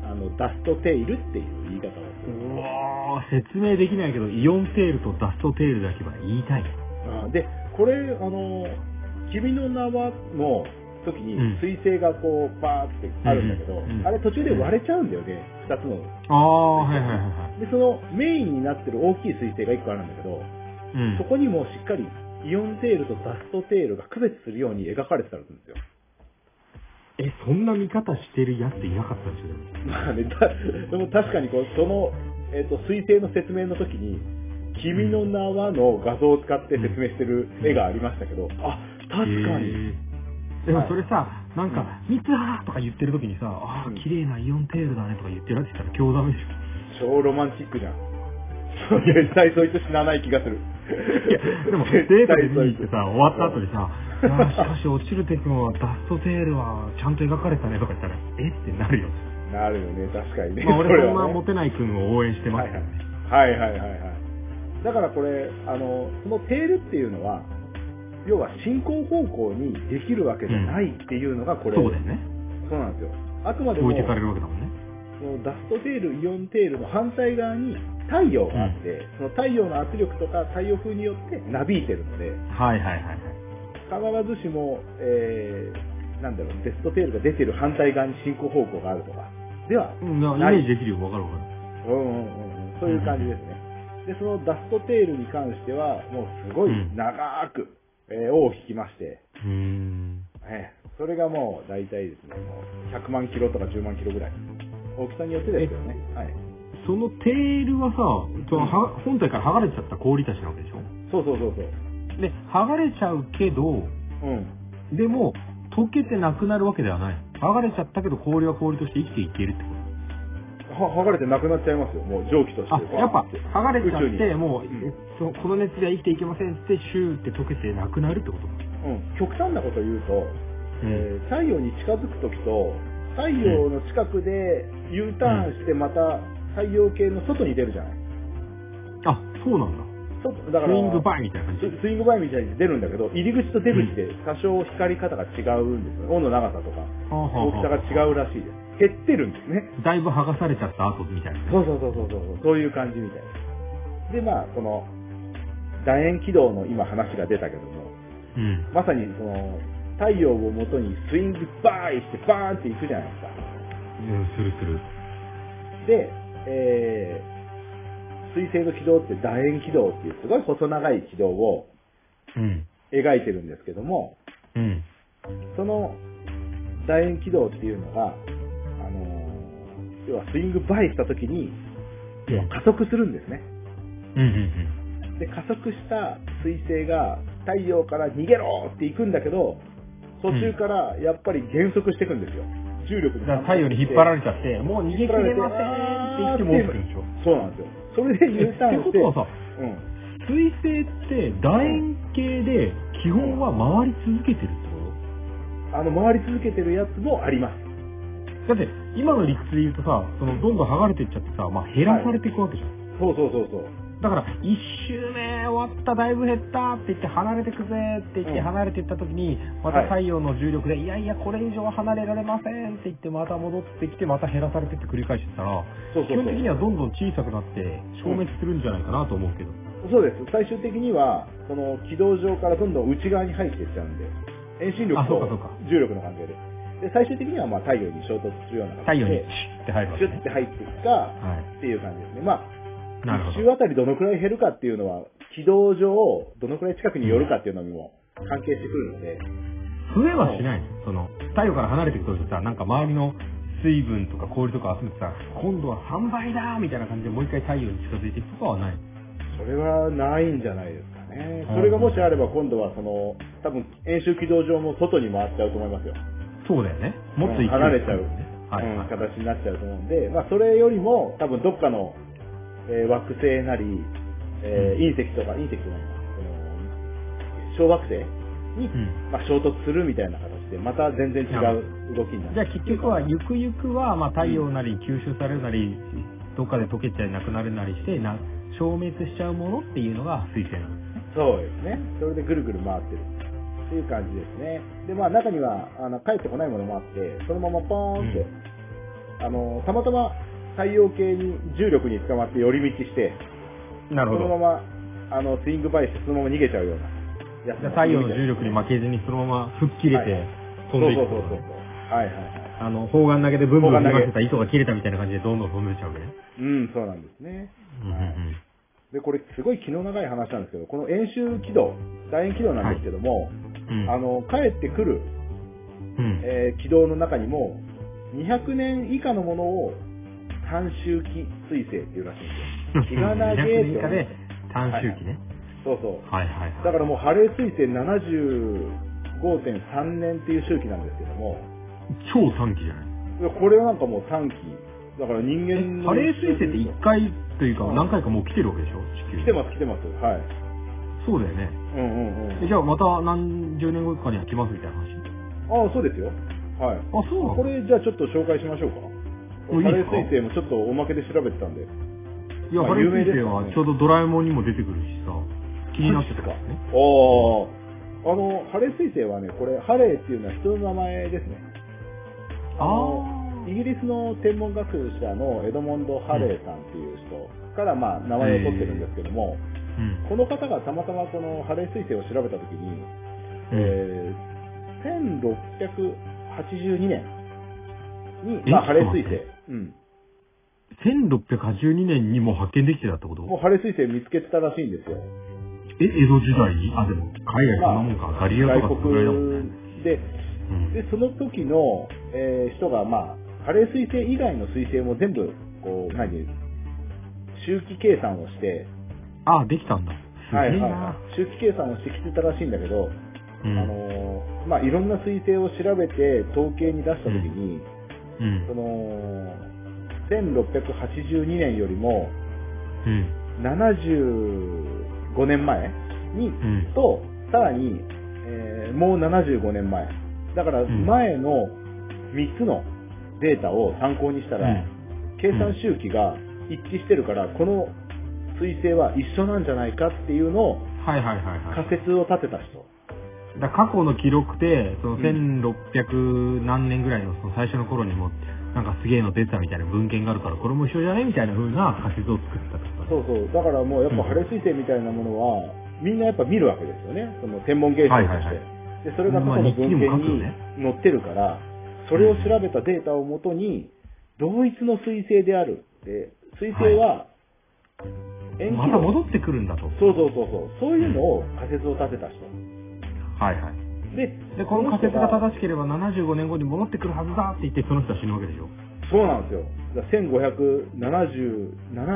Speaker 1: あの、ダストテイルっていう言い方をする。
Speaker 3: うわー説明できないけど、イオンテールとダストテールだけは言いたい。
Speaker 1: うんで、これ、あの、君の名はの時に
Speaker 3: うん
Speaker 1: 水星がこう、バーってあるんだけど、
Speaker 3: うんうんうん
Speaker 1: あれ途中で割れちゃうんだよね、二つの。
Speaker 3: ああ、はいはいはいは
Speaker 1: で、そのメインになってる大きい水星が一個あるんだけど、
Speaker 3: い。うん
Speaker 1: そこにもしっかりイオンテールとダストテールが区別するように描かれてたんですよ。 [laughs]
Speaker 3: え、そんな見方してるやついなかったんですよ、でも
Speaker 1: まあね、た [laughs] でも確かにこうその、えっと彗星の説明の時に「君の名は」の画像を使って説明してる絵がありましたけど、あ確かに、
Speaker 3: へーでもそれさ、なんか、三葉とか言ってる時にさ、ああ、綺麗なイオンテールだねとか言ってるやついたら今日ダメでしょ。
Speaker 1: 超ロマンチックじゃんそう絶対そいつ死なない気がする
Speaker 3: いや、でも、データで見に行ってさ、終わった後に
Speaker 1: [laughs]
Speaker 3: さ、いやーしかし落ちる敵もダストテールはちゃんと描かれたねとか言ったら、えってなるよ。
Speaker 1: なるよね確かにね、
Speaker 3: まあ、俺
Speaker 1: それ
Speaker 3: そん
Speaker 1: は
Speaker 3: な
Speaker 1: ね
Speaker 3: モテない君を応援してま
Speaker 1: は
Speaker 3: す
Speaker 1: い
Speaker 3: か
Speaker 1: は
Speaker 3: ら
Speaker 1: いはいは
Speaker 3: ね。
Speaker 1: いはいはいだからこれあのそのテールっていうのは要は進行方向にできるわけじゃないっていうのがこれ、
Speaker 3: そうだよね。
Speaker 1: そうなんですよあくまでも
Speaker 3: 置いてかれるわけだもんね。
Speaker 1: そのダストテール、イオンテールの反対側に太陽があって、その太陽の圧力とか太陽風によってなびいてるので、
Speaker 3: はいはいはいはい。
Speaker 1: 必ずしも、えー、なんだろう、デストテールが出てる反対側に進行方向があるとか、では、
Speaker 3: う
Speaker 1: うん
Speaker 3: ん、だからイメージできるよ、わかるわかる。
Speaker 1: うんうんうん、そういう感じですね。で、そのダストテールに関しては、もうすごい長く、えー、尾を引きまして、
Speaker 3: うーん。
Speaker 1: えーそれがもう大体ですね、もう100万キロとか10万キロぐらい。大きさによってですよね。はい。
Speaker 3: そのテールはさ、そのは本体から剥がれちゃった氷たちなわけでしょ
Speaker 1: そうそうそうそう。
Speaker 3: で、剥がれちゃうけど、
Speaker 1: うん。
Speaker 3: でも、溶けてなくなるわけではない。剥がれちゃったけど氷は氷として生きていけるってこと
Speaker 1: は剥がれてなくなっちゃいますよ、もう蒸気として。
Speaker 3: あ、やっぱ、剥がれちゃっ
Speaker 1: 宇宙
Speaker 3: て、
Speaker 1: に
Speaker 3: もう、
Speaker 1: ん
Speaker 3: そのこの熱では生きていけませんって、シューって溶けてなくなるってことか。
Speaker 1: うん、極端なこと言うと、
Speaker 3: うん。
Speaker 1: えー太陽に近づくときと、太陽の近くで U ターンしてまた太陽系の外に出るじゃない。
Speaker 3: あ、そうなんだ。
Speaker 1: 外だから
Speaker 3: スイングバイみたいな感じ。
Speaker 1: ススイングバイみたいに出るんだけど、入り口と出口で多少光り方が違うんですよ。温度の長さとか、
Speaker 3: はあはあ
Speaker 1: 大きさが違うらしいです。減ってるんですね。
Speaker 3: だいぶ剥がされちゃった後みたいな。
Speaker 1: そうそうそうそうそうそう、そういう感じみたいです。で、まあ、その、楕円軌道の今話が出たけども、
Speaker 3: うん。
Speaker 1: まさにその太陽を元にスイングバーイしてバーンっていくじゃないですか。
Speaker 3: うん、するする。
Speaker 1: で、えー、水星の軌道って楕円軌道っていうすごい細長い軌道を
Speaker 3: うん。
Speaker 1: 描いてるんですけども、
Speaker 3: うん。
Speaker 1: その楕円軌道っていうのが、あのー要はスイングバイした時に、要は加速するんですね。
Speaker 3: うん、うん、
Speaker 1: で、加速した水星が太陽から逃げろって行くんだけど、途中からやっぱり減速していくんですよ。重力
Speaker 3: うん。だ
Speaker 1: に
Speaker 3: から太陽に引っ張られちゃって、もう逃げ切れませんって言って戻ってくるんでしょ。
Speaker 1: そうなんですよ。それで U ターンし
Speaker 3: ってこと
Speaker 1: て、
Speaker 3: はさ、
Speaker 1: うん。
Speaker 3: 水星って楕円形で基本は回り続けてるってこと
Speaker 1: あの、回り続けてるやつもあります。
Speaker 3: だって、今の理屈で言うとさ、そのどんどん剥がれていっちゃってさ、まあ、減らされていくわけじゃん。
Speaker 1: そうそうそうそう。
Speaker 3: だから、一周目終わった、だいぶ減ったって言って、離れてくぜって言って、
Speaker 1: うん
Speaker 3: 離れていった時に、ま
Speaker 1: は
Speaker 3: た
Speaker 1: い
Speaker 3: 太陽の重力で、い、やいや、これ以上は離れられませんって言って、また戻ってきて、また減らされてって繰り返してたら、
Speaker 1: そうそうそう
Speaker 3: 基本的にはどんどん小さくなって、消滅するんじゃないかなと思うけど。
Speaker 1: そうです。最終的には、その軌道上からどんどん内側に入っていっちゃうんで、遠心力
Speaker 3: あそう
Speaker 1: と
Speaker 3: かそうか
Speaker 1: 重力の関係で。で、最終的にはまあ太陽に衝突するような感
Speaker 3: 太
Speaker 1: じ
Speaker 3: 陽に
Speaker 1: で、
Speaker 3: シュッて入るわ
Speaker 1: シュ
Speaker 3: け、
Speaker 1: ッ
Speaker 3: ね。
Speaker 1: て入っていくか、
Speaker 3: は
Speaker 1: っていう感じですね。まあ、
Speaker 3: い。なるほ
Speaker 1: 一
Speaker 3: ど。
Speaker 1: 周あたりどのくらい減るかっていうのは、軌道上、どのくらい近くに寄るかっていうのにも関係してくるので、
Speaker 3: 増えはしないのその、太陽から離れていくとさ、なんか周りの水分とか氷とか集めてさ、今度は3倍だーみたいな感じでもう一回太陽に近づいていくとかはない。
Speaker 1: それはないんじゃないですかね。それがもしあれば今度はその、多分演習軌道上も外に回っちゃうと思いますよ。
Speaker 3: そうだよね。もっと勢い
Speaker 1: うん離れちゃう、
Speaker 3: はい、
Speaker 1: うん
Speaker 3: はい
Speaker 1: 形になっちゃうと思うんで、まあそれよりも多分どっかの、えー惑星なり、えー隕石とか、隕石とか、その小惑星に、
Speaker 3: ん
Speaker 1: まあ、衝突するみたいな形で、また全然違う動きになる。
Speaker 3: じゃあ結局は、ゆくゆくは、まあ、太陽なり吸収されるなり、どっかで溶けちゃいなくなるなりしてな、消滅しちゃうものっていうのが水星なんで
Speaker 1: そうですね。それでぐるぐる回ってる。っていう感じですね。で、まあ中には、あの、帰ってこないものもあって、そのままポーンって、
Speaker 3: う
Speaker 1: あの、たまたま太陽系に重力に捕まって寄り道して、
Speaker 3: すね。な
Speaker 1: そのま。ま、あの、スイングバイしてそのまま逃げちゃうようなやつ
Speaker 3: じ
Speaker 1: も
Speaker 3: ゃあ太陽の重力に負けずにそのまま吹っ切れ
Speaker 1: は
Speaker 3: て
Speaker 1: い
Speaker 3: 飛んでいく
Speaker 1: そうそうそう
Speaker 3: と
Speaker 1: そう。はいはいはい。
Speaker 3: あの、砲丸投げでブンブン
Speaker 1: 砲丸
Speaker 3: 振
Speaker 1: 投
Speaker 3: り
Speaker 1: げ
Speaker 3: ませた糸が切れたみたいな感じでどんどん飛んでっちゃうわけね。
Speaker 1: うん、そうなんですね。
Speaker 3: うんうんうん
Speaker 1: で、これすごい気の長い話なんですけど、この円周軌道、楕円軌道なんですけども、
Speaker 3: うん。
Speaker 1: あの、帰ってくる、
Speaker 3: うん。
Speaker 1: えー軌道の中にも、200年以下のものを単周期彗星っていうらしいんですよ。気が長えって
Speaker 3: 200年以
Speaker 1: 思
Speaker 3: 下
Speaker 1: う
Speaker 3: で短周期ね。
Speaker 1: そうそう。
Speaker 3: はいはいはい。
Speaker 1: だからもうハレー彗星75.3年っていう周期なんですけども、
Speaker 3: 超短期じゃない
Speaker 1: いやこれはなんかもう短期。だから人間の。
Speaker 3: ハレー彗星って一回というか
Speaker 1: うん
Speaker 3: 何回かもう来てるわけでしょ地球に
Speaker 1: 来てます、来てます。はい。
Speaker 3: そうだよね。
Speaker 1: うんうんうん。
Speaker 3: じゃあまた何十年後かには来ますみたいな話。
Speaker 1: ああ、そうですよ。はい。
Speaker 3: あ、そうなの
Speaker 1: これじゃあちょっと紹介しましょうか。
Speaker 3: おいい
Speaker 1: ハ
Speaker 3: で
Speaker 1: レー
Speaker 3: すか
Speaker 1: 彗星もちょっとおまけで調べてたんで。
Speaker 3: いや、
Speaker 1: まあ
Speaker 3: ハレ
Speaker 1: 有
Speaker 3: ー彗
Speaker 1: 名ですか
Speaker 3: 星
Speaker 1: ら
Speaker 3: は
Speaker 1: ね
Speaker 3: ちょうどドラえもんにも出てくるしさ、気になってたからね。
Speaker 1: おー。あの、ハレー彗星はね、これ、ハレーっていうのは人の名前ですね。
Speaker 3: あ
Speaker 1: のイ
Speaker 3: ー
Speaker 1: ギリスの天文学者のエドモンド・ハレーさんっていう人から、まあ、名前を取ってるんですけども、
Speaker 3: うん。
Speaker 1: この方がたまたまこのハレー彗星を調べたときに、
Speaker 3: え
Speaker 1: えー1682年
Speaker 3: え
Speaker 1: に、まあ、ハレー彗
Speaker 3: ちょっと待っ
Speaker 1: 星、うん、
Speaker 3: 1682年にもう発見できてたってこと
Speaker 1: もうハレー彗星見つけてたらしいんですよ。
Speaker 3: え、江戸時代にあ、でも、海外そんなもんか。ガリレオとか
Speaker 1: 外
Speaker 3: そのぐらいだもんね。
Speaker 1: 国で、
Speaker 3: うん
Speaker 1: で、その時の、えー人が、まあ、ハレー彗星以外の彗星も全部、こう、何、周期計算をして、
Speaker 3: あ、できたんだ。すげ
Speaker 1: はいは
Speaker 3: え
Speaker 1: い
Speaker 3: な
Speaker 1: は。い、周期計算をしてきてたらしいんだけど、
Speaker 3: うん
Speaker 1: あのーまあ、いろんな彗星を調べて統計に出したときに、
Speaker 3: うん
Speaker 1: その、1682年よりも
Speaker 3: うん。
Speaker 1: 75年前に、
Speaker 3: ん
Speaker 1: と、さらに、えーもう75年前。だから
Speaker 3: ん
Speaker 1: 前の3つのデータを参考にしたら、
Speaker 3: うん
Speaker 1: 計算周期が一致してるから、この彗星は一緒なんじゃないかっていうのを
Speaker 3: はいはいはいはい。
Speaker 1: 仮説を立てた人。
Speaker 3: だ過去の記録で、その
Speaker 1: うん
Speaker 3: 1600何年ぐらいのその最初の頃にも、なんかすげえの出てたみたいな文献があるから、これも一緒じゃねみたいな風な仮説を作ったってこと
Speaker 1: そうそう。だからもうやっぱハレ彗星みたいなものは、みんなやっぱ見るわけですよね。その天文芸術として。
Speaker 3: はいはいは
Speaker 1: で、それが過去の文献
Speaker 3: まあ日記にも書くよ
Speaker 1: に
Speaker 3: ね
Speaker 1: 載ってるから、それを調べたデータをもとに、同一の彗星であるって、彗星は、
Speaker 3: だ。
Speaker 1: 遠
Speaker 3: ま
Speaker 1: 軌
Speaker 3: た
Speaker 1: 道、
Speaker 3: 戻ってくるんだと。
Speaker 1: そうそうそうそう。そういうのを仮説を立てた人。
Speaker 3: はいはい。
Speaker 1: で、
Speaker 3: で、この仮説
Speaker 1: そ
Speaker 3: が
Speaker 1: 人
Speaker 3: 正しければ75年後に戻ってくるはずだって言って、その人は死ぬわけでしょ。
Speaker 1: そうなんですよ。だから1577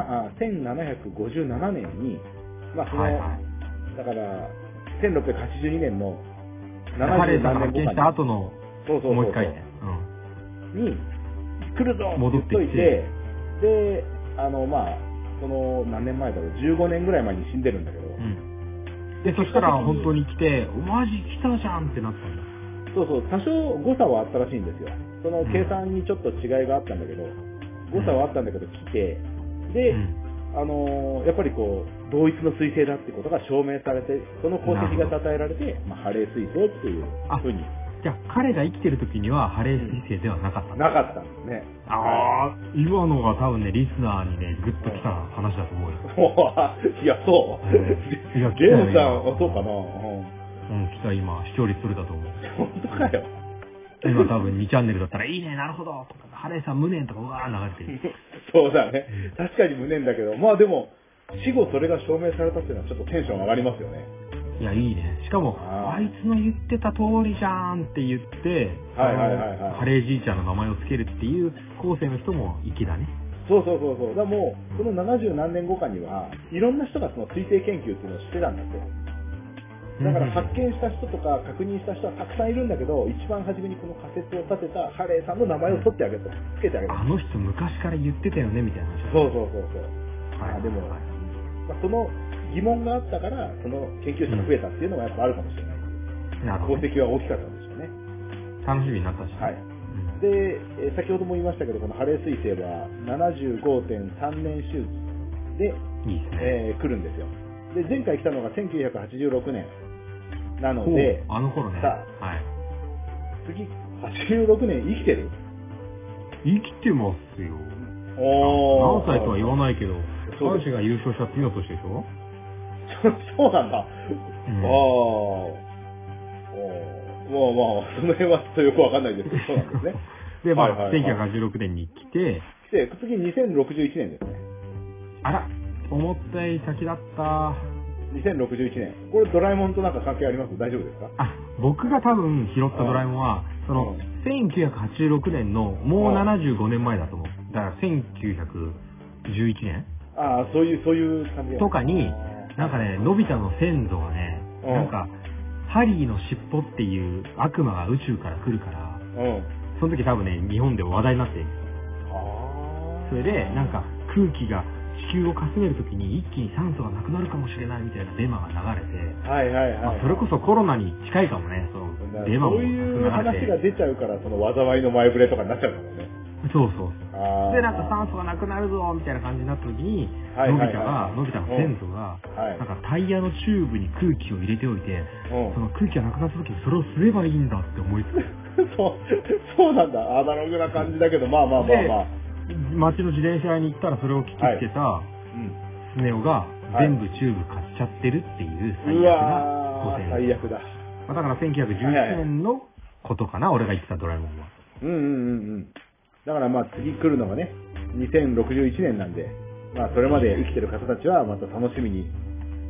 Speaker 1: あ1757年に、まあその、
Speaker 3: はいはい。
Speaker 1: だから、1682年の
Speaker 3: ハレーさん
Speaker 1: 何
Speaker 3: が発
Speaker 1: 年
Speaker 3: 見し
Speaker 1: 後
Speaker 3: た
Speaker 1: か
Speaker 3: 後の、
Speaker 1: に、そうそうそう
Speaker 3: もう一回ね。うん。
Speaker 1: に、来るぞ
Speaker 3: 戻
Speaker 1: 戻
Speaker 3: っ
Speaker 1: ってて
Speaker 3: きて
Speaker 1: 言っといて、で、あの、まあ、その、何年前だろう、15年ぐらい前に死んでるんだけど、
Speaker 3: で、そしたら本当に来て、おマジ来たじゃんってなったんだ。
Speaker 1: そうそう、多少誤差はあったらしいんですよ。その計算にちょっと違いがあったんだけど、誤差はあったんだけど来て、で、
Speaker 3: うん
Speaker 1: あのーやっぱりこう、同一の彗星だってことが証明されて、その功績が称えられて、まあ、ハレー彗星っていうふうに
Speaker 3: じゃあ彼が生きてる時にはハレー彗星ではなかったんだ。
Speaker 1: なかったんですね。
Speaker 3: ああ、今のが多分ね、リスナーにね、グッときた話だと思うよ。
Speaker 1: いや、そうう。
Speaker 3: んいや
Speaker 1: ゲームさん、
Speaker 3: 来たよ
Speaker 1: あそうかな、うん、
Speaker 3: うん、来た今、視聴率それだと思う。
Speaker 1: 本当かよ。
Speaker 3: 今多分2チャンネルだったら、いいね、なるほどとか、ハレーさん無念とか、うわー流れてる。
Speaker 1: そうだね。確かに無念だけど、まあでも、死後それが証明されたっていうのはちょっとテンション上がりますよね。
Speaker 3: いや、いいね。しかも、
Speaker 1: あー
Speaker 3: あいつの言ってた通りじゃんって言って、
Speaker 1: はいはいはいはい
Speaker 3: そのハレーじいちゃんの名前をつけるっていう後世の人も粋だね。
Speaker 1: そうそうそうそう。だからもう、その70何年後かには、いろんな人がその推定研究っていうのをしてたんだって。だから
Speaker 3: うん
Speaker 1: 発見した人とか確認した人はたくさんいるんだけど、一番初めにこの仮説を立てたハレーさんの名前を取ってあげると。つけてあげる。
Speaker 3: あの人昔から言ってたよねみたいな話。
Speaker 1: そうそうそうそう。
Speaker 3: はい
Speaker 1: あでも
Speaker 3: はい
Speaker 1: まあ、その疑問があったから、その研究者が増えたっていうのがやっぱあるかもしれない。
Speaker 3: なるほ
Speaker 1: 功
Speaker 3: どね、
Speaker 1: 績は大きかったんでしょうね。
Speaker 3: 楽しみになったし、ね。
Speaker 1: はい
Speaker 3: うん
Speaker 1: で、えー先ほども言いましたけど、このハレー彗星は75.3年周期で、
Speaker 3: いいですね。
Speaker 1: えー来るんですよ。で、前回来たのが1986年なの
Speaker 3: ほう
Speaker 1: で、
Speaker 3: あの頃ね。
Speaker 1: さ
Speaker 3: はい。
Speaker 1: 次、86年生きてる
Speaker 3: 生きてますよ。
Speaker 1: お
Speaker 3: 何歳とは言わないけど、
Speaker 1: そう
Speaker 3: 男
Speaker 1: です
Speaker 3: 子が優勝した次の年でしょ
Speaker 1: [laughs] そうなんだ。
Speaker 3: ん
Speaker 1: ああ。おーまあまあ、その辺はちょっとよくわかんないですけど、そうなんですね。
Speaker 3: で、ま
Speaker 1: は
Speaker 3: あ、
Speaker 1: いはいはい
Speaker 3: 1986年に来て、
Speaker 1: で、次2061年ですね。
Speaker 3: あら、思ったより先だった。
Speaker 1: 2061年。これドラえもんとなんか関係あります大丈夫ですか
Speaker 3: あ、僕が多分拾ったドラえもんは、その
Speaker 1: うん、
Speaker 3: 1986年の、もう
Speaker 1: うん
Speaker 3: 75年前だと思う。だから1911年
Speaker 1: ああ、そういう、そういう感じ
Speaker 3: とかに、なんかね、のび太の先祖がね、
Speaker 1: うん
Speaker 3: なんか、ハリーの尻尾っていう悪魔が宇宙から来るから、
Speaker 1: うん。
Speaker 3: その時多分ね、日本で話題になって、
Speaker 1: あ
Speaker 3: それで、なんか、空気が地球をかすめる時に一気に酸素がなくなるかもしれないみたいなデマが流れて、
Speaker 1: あ。はいはい
Speaker 3: ま
Speaker 1: は
Speaker 3: あ
Speaker 1: い。
Speaker 3: それこそコロナに近いかもね、そ
Speaker 1: だからそ
Speaker 3: の
Speaker 1: う
Speaker 3: デマも
Speaker 1: いう
Speaker 3: かすめら
Speaker 1: 話
Speaker 3: れて
Speaker 1: が。出ちゃうから、その災いの前触れとかになっちゃうからね。
Speaker 3: そうそうそう。
Speaker 1: ああ。
Speaker 3: で、なんか酸素がなくなるぞみたいな感じになった時に、
Speaker 1: はい
Speaker 3: のび
Speaker 1: はい
Speaker 3: 太
Speaker 1: は
Speaker 3: が、
Speaker 1: い
Speaker 3: のび太の先祖が、
Speaker 1: はい
Speaker 3: なんかタイヤのチューブに空気を入れておいて、
Speaker 1: うん
Speaker 3: その空気がなくなった時にそれをすればいいんだって思いつく。
Speaker 1: [laughs] そう、そうなんだ。アナログな感じだけど、まあまあまあまあ。
Speaker 3: 街の自転車屋に行ったらそれを聞きつけた、
Speaker 1: うん
Speaker 3: スネ夫が
Speaker 1: はい
Speaker 3: 全部チューブ買っちゃってるっていう最
Speaker 1: う
Speaker 3: 悪な
Speaker 1: わー、
Speaker 3: 5000
Speaker 1: 最悪だ。
Speaker 3: まあだから1911年のことかな、俺が言ってたドラえもんは。
Speaker 1: うんうんうんうん。だからまあ次来るのがね、2061年なんで、まあそれまで生きてる方たちはまた楽しみに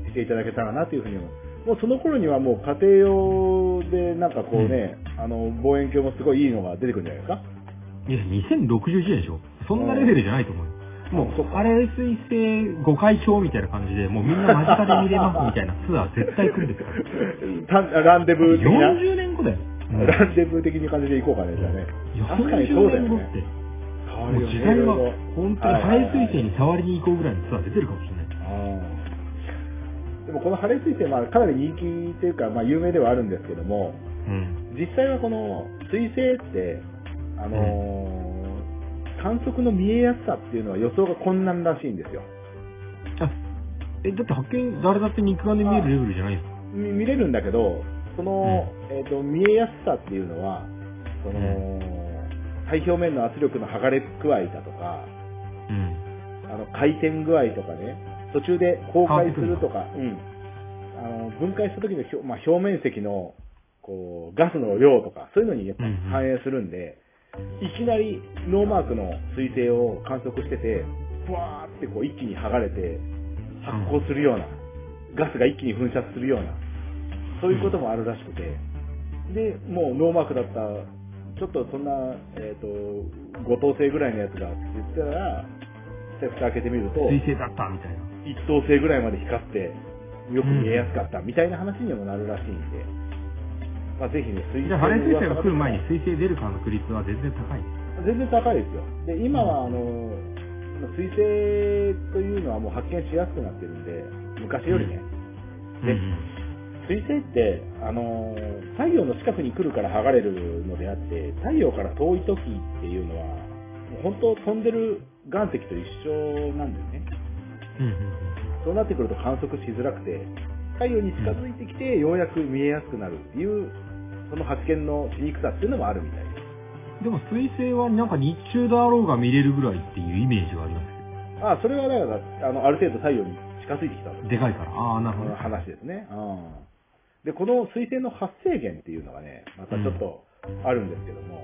Speaker 1: していただけたらなというふうに思う。もうその頃にはもう家庭用でなんかこうね、あの望遠鏡もすごいいいのが出てくるんじゃないですか
Speaker 3: いや、2061年でしょそんなレベルじゃないと思うよ。も
Speaker 1: そうっ、か
Speaker 3: あれ、水星5回表みたいな感じで、もうみんな間近で見れますみたいなツアー絶対来るんですから。
Speaker 1: たランデブー的な、
Speaker 3: 40年
Speaker 1: [laughs]
Speaker 3: 後だよ。もう
Speaker 1: ランデブー的な感じで行こうかね、じゃあね。確かにそう
Speaker 3: 40
Speaker 1: だよ
Speaker 3: 年後っ
Speaker 1: ね。
Speaker 3: て、
Speaker 1: 変わ
Speaker 3: も
Speaker 1: る
Speaker 3: う
Speaker 1: よね
Speaker 3: 時代はい
Speaker 1: ろいろ
Speaker 3: 本当にハ水星に触りに行こうぐらいのツアー出てるかもしれない。
Speaker 1: うんでもこのハレー彗星、まあ、かなり人気というか、まあ、有名ではあるんですけども、
Speaker 3: うん。
Speaker 1: 実際はこの彗星って、あのー観測の見えやすさっていうのは予想が困難らしいんですよ。
Speaker 3: あ、え、だって発見、誰だって肉眼で見えるレベルじゃないですか。
Speaker 1: み見れるんだけど、その、えっ、と、見えやすさっていうのは、その、
Speaker 3: う
Speaker 1: 太表面の圧力の剥がれ具合だとか、
Speaker 3: うん。
Speaker 1: あの回転具合とかね、途中で崩壊するとか、うん、あの分解した時の表,、まあ、表面積のこうガスの量とか、そういうのにやっぱ
Speaker 3: うんうん
Speaker 1: 反映するんで、いきなりノーマークの彗星を観測してて、ブワーってこう一気に剥がれて、発光するような、ガスが一気に噴射するような、そういうこともあるらしくて、で、もうノーマークだった、ちょっとそんな、えっ、と、五等星ぐらいのやつがって言ったら、セフタ開けてみると、
Speaker 3: 水星だったみたいな。
Speaker 1: 一等星ぐらいまで光って、よく見えやすかったみたいな話にもなるらしいんで、まあぜひね、水
Speaker 3: じゃあ、ハレー水星が来る前に水星出る確率は全然高いね。
Speaker 1: 全然高いですよ。で、今は、あの、水星というのはもう発見しやすくなってるんで、昔よりね。
Speaker 3: うんうん。
Speaker 1: 水星って、あのー太陽の近くに来るから剥がれるのであって、太陽から遠い時っていうのは、もう本当飛んでる岩石と一緒なんだよね。
Speaker 3: うんうんうん。
Speaker 1: そうなってくると観測しづらくて、太陽に近づいてきて、ようやく見えやすくなるっていう、その発見のしにくさっていうのもあるみたいです。
Speaker 3: でも水星はなんか日中だろうが見れるぐらいっていうイメージがあります
Speaker 1: ああ、それはだから、あの、ある程度太陽に近づいてきた
Speaker 3: けど。でかいから。ああ、なるほど。
Speaker 1: 話ですね。うん。で、この水星の発生源っていうのがね、またちょっとあるんですけども、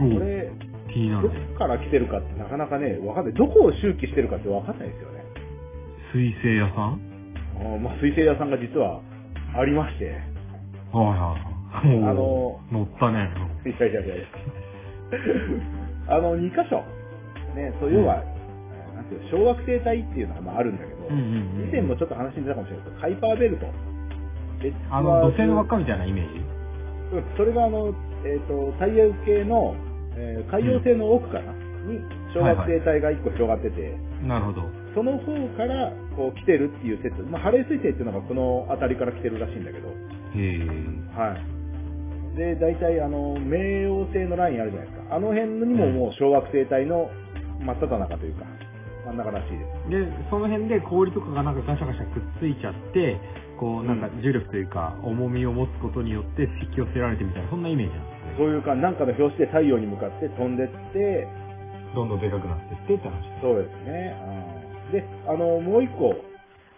Speaker 3: お
Speaker 1: こ
Speaker 3: う
Speaker 1: れ、
Speaker 3: 気にな
Speaker 1: ど
Speaker 3: るね。
Speaker 1: こから来てるかってなかなかね、わかんない。どこを周期してるかってわかんないですよね。
Speaker 3: 水星屋さん
Speaker 1: うん、まあ、水星屋さんが実はありまして。
Speaker 3: はいはいはい。
Speaker 1: あの
Speaker 3: おう乗ったね。
Speaker 1: いやいやい
Speaker 3: [laughs]
Speaker 1: やいやあの、2箇所。ね、そう、要は、なんていうの小惑星帯っていうのがまああるんだけど、
Speaker 3: うんうんうん
Speaker 1: 以前もちょっと話に出たかもしれないけど、ハイパーベルト。え
Speaker 3: あの、土星の輪っかみたいなイメージ
Speaker 1: うんそれがあの、えっ、と、太陽系の、えー海洋星の奥かな、に、小惑星帯が1個広がってて、
Speaker 3: なるほど。
Speaker 1: その方からこう来てるっていう説、まあ、ハレー彗星っていうのがこの辺りから来てるらしいんだけど、
Speaker 3: へえ。
Speaker 1: はい。で、大体、あの、冥王星のラインあるじゃないですか。あの辺にももう小惑星帯の真っ只中というか、真ん中らしいです。
Speaker 3: で、その辺で氷とかがなんかガシャガシャくっついちゃって、こうなんか重力というか重みを持つことによって引き寄せられてみたいな、そんなイメージなんで
Speaker 1: そういうか、なんかの表紙で太陽に向かって飛んでって、
Speaker 3: す。どんどんでかくなってってって話。
Speaker 1: そうですね。うんで、あの、もう一個、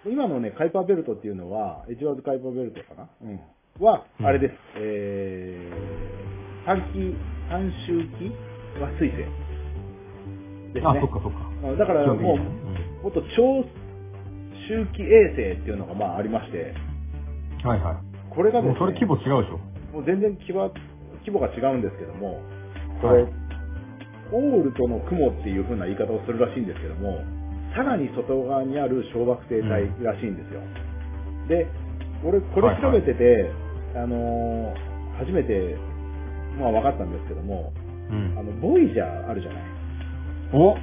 Speaker 1: 今のね、カイパーベルトっていうのは、エチワーズカイパーベルトかなうん。は、
Speaker 3: うん
Speaker 1: あれです。えー、短期、短周期は水星。ですね。
Speaker 3: あ、そっかそっか。
Speaker 1: うんだから
Speaker 3: 基本的に
Speaker 1: も
Speaker 3: は
Speaker 1: う
Speaker 3: ね、うん
Speaker 1: もっと超周期衛星っていうのがまあありまして、
Speaker 3: はいは
Speaker 1: これが
Speaker 3: い。
Speaker 1: です
Speaker 3: もう
Speaker 1: ね、
Speaker 3: それ規模違うでしょ。
Speaker 1: もう全然規模規模が違うんですけども、こ
Speaker 3: は
Speaker 1: れ、
Speaker 3: い
Speaker 1: オールトの雲っていう風な言い方をするらしいんですけども、さらに外側にある小惑星帯らしいんですよ。で、俺、これ調べてて、あのー初めて、まあ分かったんですけども、
Speaker 3: う
Speaker 1: あ
Speaker 3: ん。
Speaker 1: の、ボイジャーあるじゃない。
Speaker 3: お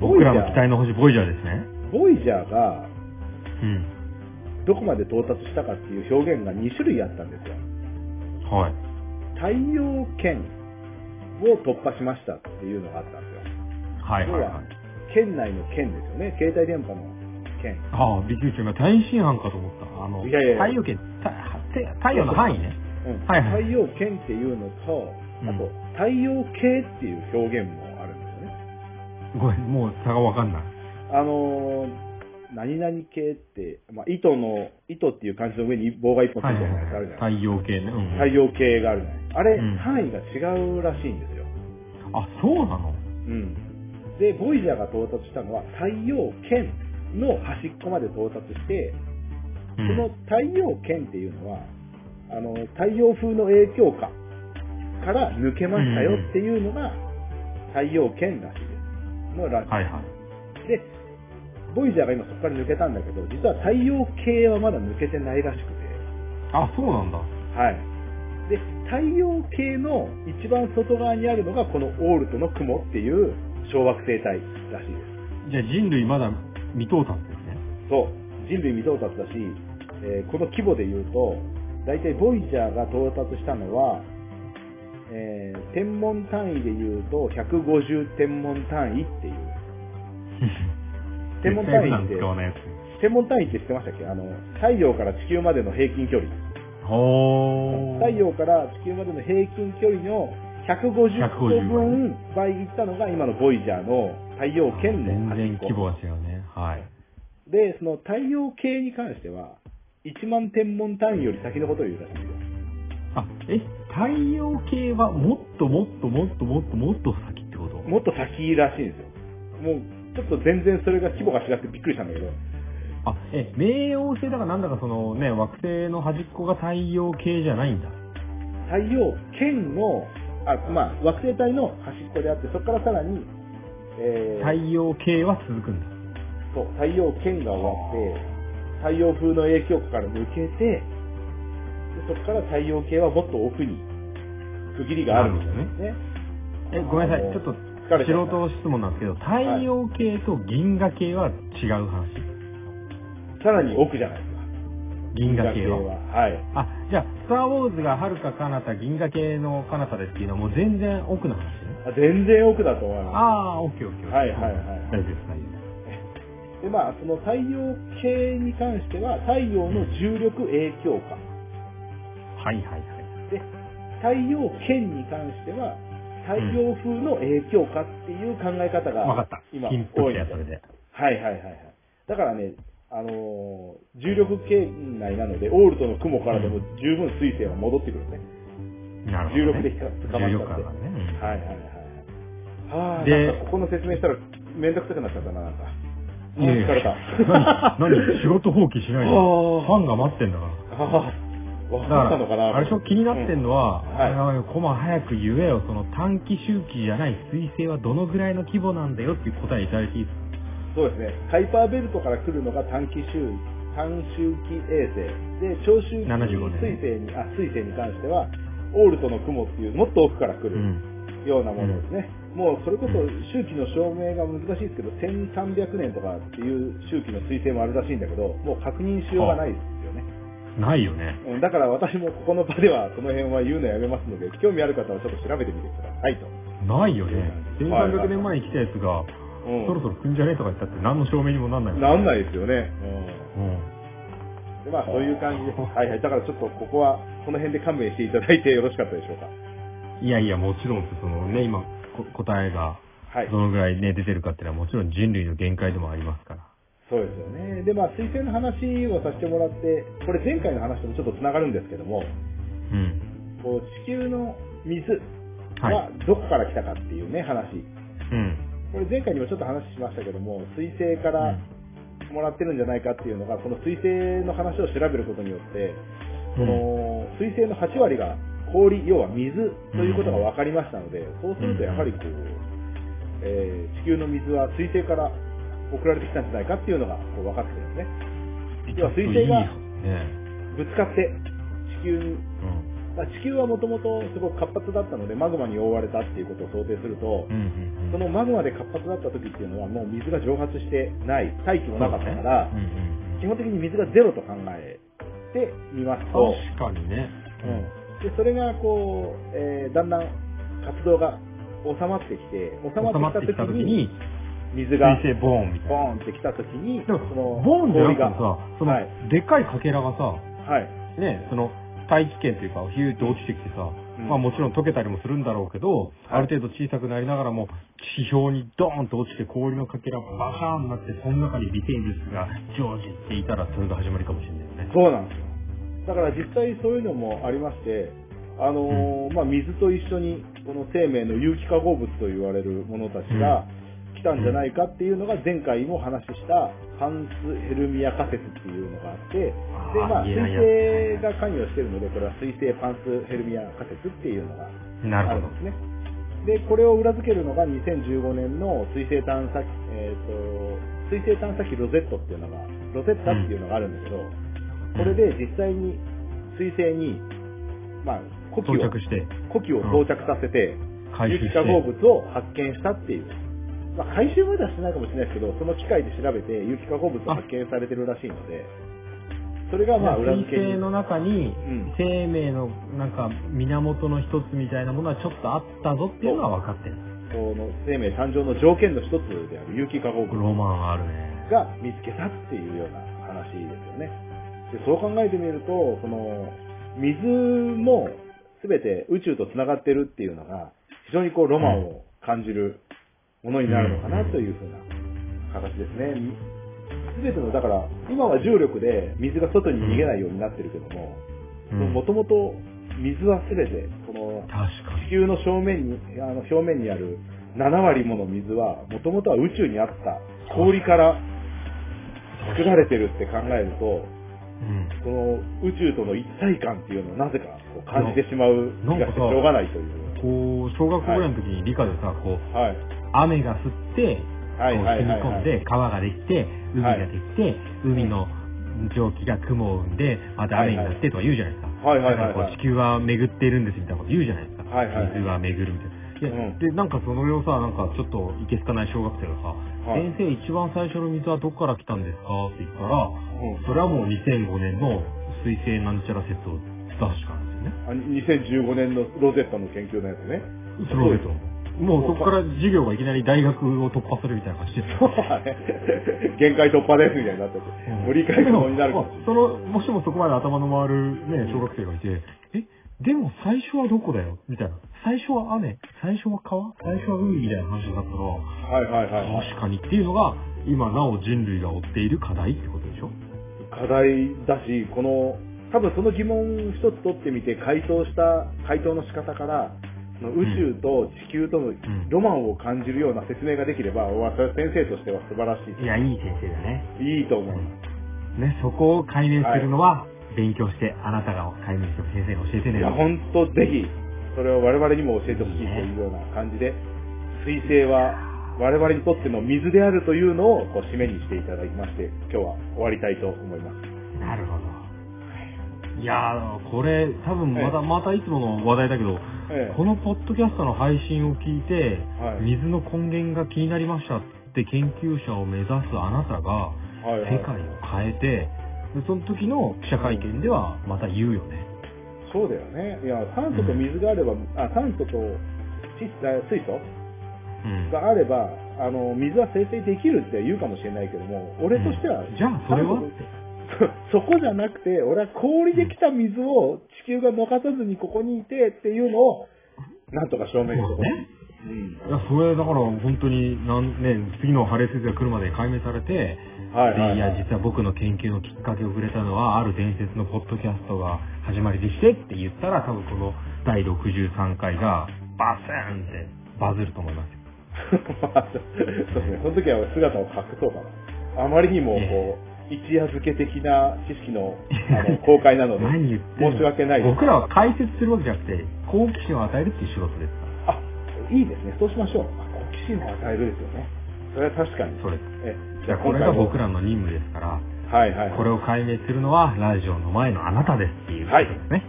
Speaker 3: 僕らの期待の星、ボイジャーですね。
Speaker 1: ボイジャーが
Speaker 3: うん。
Speaker 1: どこまで到達したかっていう表現が2種類あったんですよ。
Speaker 3: はい。
Speaker 1: 太陽圏を突破しましたっていうのがあったんですよ。
Speaker 3: はいはいは。
Speaker 1: 要はい県内の県ですよね。携帯電波の県。
Speaker 3: ああ、びっくりした。今、大震犯かと思った。あの、
Speaker 1: いやいやいや
Speaker 3: 太陽圏、たて太陽の範囲ね。
Speaker 1: うん
Speaker 3: はいはい
Speaker 1: 太陽圏っていうのと、
Speaker 3: うん
Speaker 1: あと、太陽系っていう表現もあるんですよね。
Speaker 3: ごめん、もう差がわかんない。
Speaker 1: あのー、何々系って、まあ、糸の、糸っていう漢字の上に棒が一本ついてるやつあるじゃな
Speaker 3: 太
Speaker 1: い
Speaker 3: 陽系ね。うん。
Speaker 1: 太。陽系があるじゃないあれ、
Speaker 3: うん
Speaker 1: 範囲が違うらしいんですよ。
Speaker 3: あ、そうなの
Speaker 1: うん。で、ボイジャーが到達したのは太陽圏の端っこまで到達して、
Speaker 3: う
Speaker 1: その
Speaker 3: ん。
Speaker 1: 太陽圏っていうのは、あの、太陽風の影響下から抜けましたよっていうのが、太陽圏らしいです。のらしい。
Speaker 3: はいはい。
Speaker 1: で、ボイジャーが今そこから抜けたんだけど、実は太陽系はまだ抜けてないらしくて、
Speaker 3: あ、そうなんだ。
Speaker 1: はい。で、太陽系の一番外側にあるのが、このオールトの雲っていう小惑星帯らしいです。
Speaker 3: じゃあ人類まだ未到達ですね。
Speaker 1: [laughs] そう、人類未到達だし、えーこの規模で言うと、大体ボイジャーが到達したのは、えー天文単位で言うと、150天文単位っていう。天文単
Speaker 3: 絶対普
Speaker 1: 位っ
Speaker 3: 段
Speaker 1: て
Speaker 3: 使、わないやつ。
Speaker 1: 天文単位って知ってましたっけあの、太陽から地球までの平均距離。
Speaker 3: ほー。
Speaker 1: 太。陽から地球までの平均距離の150個分倍いったのが今のボイジャーの太陽圏の
Speaker 3: 全
Speaker 1: 端
Speaker 3: 然
Speaker 1: っこ
Speaker 3: 規模が違うね。はい。
Speaker 1: で、その太陽系に関しては、1万天文単位より先のことを言うらしいんですよ。
Speaker 3: あ、え、太陽系はもっともっともっともっともっと先ってこと
Speaker 1: もっと先らしいんですよ。もう、ちょっと全然それが規模が違ってびっくりしたんだけど、
Speaker 3: あ、え、冥王星だかなんだかそのね、惑星の端っこが太陽系じゃないんだ。
Speaker 1: 太陽圏の、あ、まあ、惑星帯の端っこであって、そこからさらに、え
Speaker 3: 太
Speaker 1: ー、
Speaker 3: 陽系は続くんだ。
Speaker 1: そう太陽圏が終わって、太陽風の影響下から抜けて、でそこから太陽系はもっと奥に、区切りがあるんですよね。
Speaker 3: え、ごめんなさ
Speaker 1: あの
Speaker 3: い。ちょっと、
Speaker 1: 疲れちゃ
Speaker 3: 素
Speaker 1: った
Speaker 3: 人質問なんですけど、太陽系と銀河系は違う話。
Speaker 1: さらに奥じゃないですか。
Speaker 3: 銀河系は。
Speaker 1: はい。
Speaker 3: あ、じゃあ、スターウォーズが遥か彼方、銀河系の彼方ですっていうのはもう全然奥の話ね。
Speaker 1: あ全然奥だと思います。
Speaker 3: ああ、オッケーオッケー。
Speaker 1: はいはいはい
Speaker 3: 大丈夫です、大丈夫です。
Speaker 1: でまあ、その太陽系に関しては、太陽の重力影響下。
Speaker 3: はいはいはい。
Speaker 1: で、太陽圏に関しては、太陽風の影響下っていう考え方
Speaker 3: わか
Speaker 1: が
Speaker 3: った。
Speaker 1: 今
Speaker 3: 金
Speaker 1: 多
Speaker 3: と
Speaker 1: いん
Speaker 3: や
Speaker 1: です
Speaker 3: そ
Speaker 1: よ
Speaker 3: れで。
Speaker 1: はいはいはいはい。だからね、あのー重力圏内なので、オールトの雲からでも十分水星は戻ってくるね。
Speaker 3: なるほど、ね。
Speaker 1: 重力で捕まっ
Speaker 3: 重
Speaker 1: ち
Speaker 3: 力
Speaker 1: ゃって。
Speaker 3: 感がね。うん
Speaker 1: はいはいはいはい。はあ、
Speaker 3: で
Speaker 1: なんかここの説明したらめんどくさくなっちゃったな、なんか。
Speaker 3: い
Speaker 1: もう
Speaker 3: やいや
Speaker 1: 疲れた。
Speaker 3: [laughs] 何何仕事放棄しないで。
Speaker 1: あー
Speaker 3: ファンが待ってんだから。
Speaker 1: ああ、
Speaker 3: だ
Speaker 1: わ
Speaker 3: か、
Speaker 1: かったのからな。
Speaker 3: あれでしょ、気になってんのは、
Speaker 1: うん
Speaker 3: あれはコマ早く言えよ、その短期周期じゃない彗星はどのぐらいの規模なんだよっていう答えいただいていいですか
Speaker 1: そうですね。ハイパーベルトから来るのが短期周短周期衛星。で、長周期
Speaker 3: 75年
Speaker 1: 水星に、あ、水星に関しては、オールトの雲っていう、もっと奥から来
Speaker 3: う
Speaker 1: る
Speaker 3: ん。
Speaker 1: ようなものですね。もう、それこそ周期の証明が難しいですけど、1300年とかっていう周期の水星もあるらしいんだけど、もう確認しようがないですよね。
Speaker 3: ないよね。
Speaker 1: うん、だから私もここの場では、その辺は言うのやめますので、興味ある方はちょっと調べてみてくださいと。
Speaker 3: ないよね。
Speaker 1: はい
Speaker 3: 1300年前に来たやつが、
Speaker 1: うん
Speaker 3: そろそろ来んじゃねえとか言ったって何の証明にもなんないもんね
Speaker 1: なんないですよね。うん
Speaker 3: うん。
Speaker 1: でまあ、そういう感じです。はいはい。だからちょっとここは、この辺で勘弁していただいてよろしかったでしょうか。
Speaker 3: いやいや、もちろんです、そのね、今、こ答えが、
Speaker 1: はい
Speaker 3: ど。のぐらいね、出てるかっていうのはもちろん人類の限界でもありますから。
Speaker 1: そうですよね。で、まあ、推薦の話をさせてもらって、これ前回の話ともちょっと繋がるんですけども、
Speaker 3: うん。
Speaker 1: こう地球の水
Speaker 3: は
Speaker 1: はどこから来たかっていうね、話。
Speaker 3: うん。
Speaker 1: これ前回にもちょっと話しましたけども、水星から、
Speaker 3: うん
Speaker 1: もらってるんじゃないかっていうのが、この水星の話を調べることによって、その水星の8割が氷、要は水ということが分かりましたので、そうするとやはりこう、えー地球の水は水星から送られてきたんじゃないかっていうのがこう分かってくるんですね。
Speaker 3: う
Speaker 1: い
Speaker 3: ん。
Speaker 1: や水星が
Speaker 3: ちょっといいね
Speaker 1: ぶつかって地球に
Speaker 3: うん。
Speaker 1: まあ、地球はもともとすごく活発だったのでマグマに覆われたっていうことを想定すると、
Speaker 3: うんうんうん。
Speaker 1: そのマグマで活発だった時っていうのはもう水が蒸発してない大気もなかったか
Speaker 3: そ
Speaker 1: ら、
Speaker 3: うね
Speaker 1: 基本的に水がゼロと考えてみます
Speaker 3: うんう
Speaker 1: と
Speaker 3: ん、確かにね。
Speaker 1: でそれがこう、えーだんだん活動が収まってきて収
Speaker 3: 収
Speaker 1: まっ
Speaker 3: まってて
Speaker 1: き
Speaker 3: き
Speaker 1: た
Speaker 3: た
Speaker 1: 時
Speaker 3: 時
Speaker 1: に
Speaker 3: に、
Speaker 1: 水
Speaker 3: 水
Speaker 1: が
Speaker 3: 星ボーンみたい
Speaker 1: ボー
Speaker 3: な。
Speaker 1: ンってきた時に
Speaker 3: で
Speaker 1: その
Speaker 3: も、ボーンじゃなくてさ、その
Speaker 1: はい、
Speaker 3: でっかいかけらがさ、
Speaker 1: はい
Speaker 3: ね、その、大気圏というか、ヒューッと落ちてきてさ、
Speaker 1: ん
Speaker 3: まあもちろん溶けたりもするんだろうけど、
Speaker 1: はい
Speaker 3: ある程度小さくなりながらも、地表にドーンと落ちて氷のかけらバカーンになって、その中に微生物が常時っていたら、それが始まりかもしれないよね。
Speaker 1: そうなんですよ。だから実際そういうのもありまして、あのーまあ、水と一緒にこの生命の有機化合物と言われるものたちが来たんじゃないかっていうのが前回も話したハンスヘルミア仮説っていうのがあって、で、まあ、
Speaker 3: あー
Speaker 1: 水
Speaker 3: いやいや
Speaker 1: 星が関与してるので、これは水星パンスヘルミア仮説っていうのが
Speaker 3: な
Speaker 1: ある
Speaker 3: るほ
Speaker 1: んですね。で、これを裏付けるのが2015年の水星探査機、えっ、と、水星探査機ロゼットっていうのが、ロゼッタっていうのがあるんだけど、これで実際に水星に、まあ、呼
Speaker 3: ど。
Speaker 1: 気を
Speaker 3: 到、着して、
Speaker 1: 呼気を到着させて、
Speaker 3: 回収
Speaker 1: 有機
Speaker 3: して。
Speaker 1: 化合物を発見したっていう。まあ、回収まではしてないかもしれないですけど、その機械で調べて有機化合物を発見されてるらしいので、それがまあ裏
Speaker 3: 水
Speaker 1: 付けに
Speaker 3: 星。の中に
Speaker 1: ん
Speaker 3: 生命のなんか源の一つみたいなものはちょっとあったぞっていうのは分かってる
Speaker 1: その生命誕生の条件の一つである有機化合物
Speaker 3: ロマンあるね
Speaker 1: が見つけたっていうような話ですよね。でそう考えてみると、その、水も全て宇宙と繋がってるっていうのが、非常にこうロマンを感じるものになるのかなというふうな形ですね。全ての、だから、今は重力で水が外に逃げないようになってるけども、
Speaker 3: うん
Speaker 1: もともと水は全て、この
Speaker 3: 確か
Speaker 1: 地球の正面に、あの表面にある7割もの水は、もともとは宇宙にあった氷から作られてるって考えると、
Speaker 3: に、うん、
Speaker 1: この宇宙との一体感っていうのをなぜかこう感じてしまう気がしてしょうがないという。
Speaker 3: こう小学校ぐらいの時に理科でさこう
Speaker 1: はい。
Speaker 3: 雨が降ってこう
Speaker 1: はいはい
Speaker 3: 染み
Speaker 1: はいは
Speaker 3: 込ん
Speaker 1: い。
Speaker 3: で川ができて海ができて海の蒸気が雲を生んでまた雨になってとか言うじゃないですか
Speaker 1: はいはいはい
Speaker 3: だから
Speaker 1: は
Speaker 3: こう
Speaker 1: い。
Speaker 3: 地球は巡っているんですみたいなこと言うじゃないですか、
Speaker 1: はいはいはい
Speaker 3: 水は巡るみたいな。いや
Speaker 1: うん
Speaker 3: で、なんかそのをさ、なんかちょっといけすかない小学生がさ、
Speaker 1: はい
Speaker 3: 先生一番最初の水はどこから来たんですかって言ったら、
Speaker 1: ん
Speaker 3: それはもう2005年の水星なんちゃら説を出すしかないですよね。
Speaker 1: あ2015年のロゼッタの研究のやつね。
Speaker 3: それを言うと。もうそこから授業がいきなり大学を突破するみたいな感じで。
Speaker 1: そうだね。限界突破ですみたいになってて
Speaker 3: うん。
Speaker 1: [laughs] 無理解可能になるかもし
Speaker 3: でもその、もしもそこまで頭の回るね、小学生がいて、え、でも最初はどこだよみたいな。最初は雨、最初は川、最初は海みたいな話になったら、
Speaker 1: れない。はいはいはいはい。
Speaker 3: 確かにっていうのが、今なお人類が追っている課題ってことでしょ
Speaker 1: 課題だし、この、多分その疑問一つ取ってみて回答した、回答の仕方から、その宇宙と地球とのロマンを感じるような説明ができれば、わそれは先生としては素晴らし
Speaker 3: いや、いい先生だね。
Speaker 1: い。いいと思いま
Speaker 3: ね、そこを解明するのは、勉強して、あなたが解明しても先生に教えて
Speaker 1: す。
Speaker 3: ね
Speaker 1: いや、本当ぜひ、それを我々にも教えてほしいというような感じで、水星は我々にとっての水であるというのをこう締めにしていただきまして、今日は終わりたいと思います。
Speaker 3: なるほど。いやー、これ、多分また、またいつもの話題だけど、
Speaker 1: ええ
Speaker 3: このポッドキャストの配信を聞いて、
Speaker 1: はい
Speaker 3: 水の根源が気になりましたって研究者を目指すあなたが、
Speaker 1: はいはい
Speaker 3: 世界を変えて、でその時の記者会見ではまた言うよね。
Speaker 1: そうだよね。いや、酸素と水があれば、あ、酸素と窒あ水素
Speaker 3: うん。
Speaker 1: があれば、あの、水は生成できるって言うかもしれないけども、俺としては、
Speaker 3: うんじゃあ、それは
Speaker 1: 酸素そそこじゃなくて、俺は氷で来た水を地球が逃さずにここにいてっていうのを、なんとか証明して
Speaker 3: そう
Speaker 1: ほしい。
Speaker 3: ね。
Speaker 1: うん。
Speaker 3: いや、それ、だから、本当に、なん、ね、次のハレー先生が来るまで解明されて、
Speaker 1: はいはいはい
Speaker 3: でや、
Speaker 1: [laughs]
Speaker 3: 実は僕の研究のきっかけをくれたのは、ある伝説のポッドキャストが始まりでしてって言ったら、多分この第63回が、バスーンってバズると思いますよ。
Speaker 1: そうですね。その時は俺姿を隠そうかな。あまりにも、
Speaker 3: え
Speaker 1: こう、一夜漬け的な知識のあの公開なので、
Speaker 3: 何言ってんの
Speaker 1: 申し訳ないです
Speaker 3: 僕らは解説するわけじゃなくて、好奇心を与えるっていう仕事ですか。
Speaker 1: あ、いいですね。そうしましょう。あ好奇心を与えるですよね。それは確からに。
Speaker 3: それ。
Speaker 1: え
Speaker 3: じゃあこれが僕
Speaker 1: ら。
Speaker 3: らの任務ですから、
Speaker 1: はいはいはい。
Speaker 3: これを解明するのはラジオの前のあなたですっていうことですね。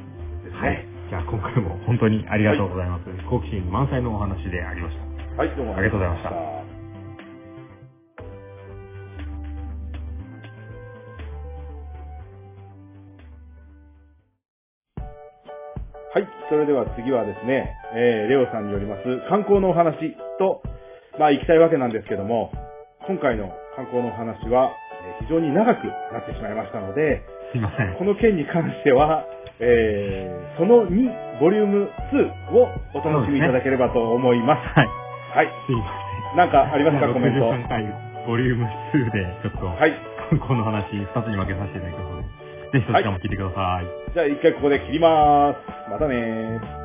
Speaker 1: です
Speaker 3: はい。
Speaker 1: ね。
Speaker 3: じゃあ今回も本当にありがとうございます。好奇心満載のお話でありました。
Speaker 1: はい、どうも
Speaker 3: ありがとうございました
Speaker 1: た。はい、それでは次はですね、えー、レオさんによります観光のお話と、まあ行きたいわけなんですけども、今回の観光のお話は、えー非常に長くなってしまいましたので、
Speaker 3: すいません。
Speaker 1: この件に関しては、えー、その2、ボリューム2をお楽しみいただければと思います。
Speaker 3: はい。
Speaker 1: はい。
Speaker 3: すいませ
Speaker 1: なんか
Speaker 3: ん。
Speaker 1: あります
Speaker 3: じゃ
Speaker 1: か、コメント。
Speaker 3: 63回ボリューム2でちょっと、
Speaker 1: はい。
Speaker 3: 観光の話2つに分けさせていただきますので、ぜひそちらも聞いてください
Speaker 1: じゃあ一回ここで切りまーす。またねー。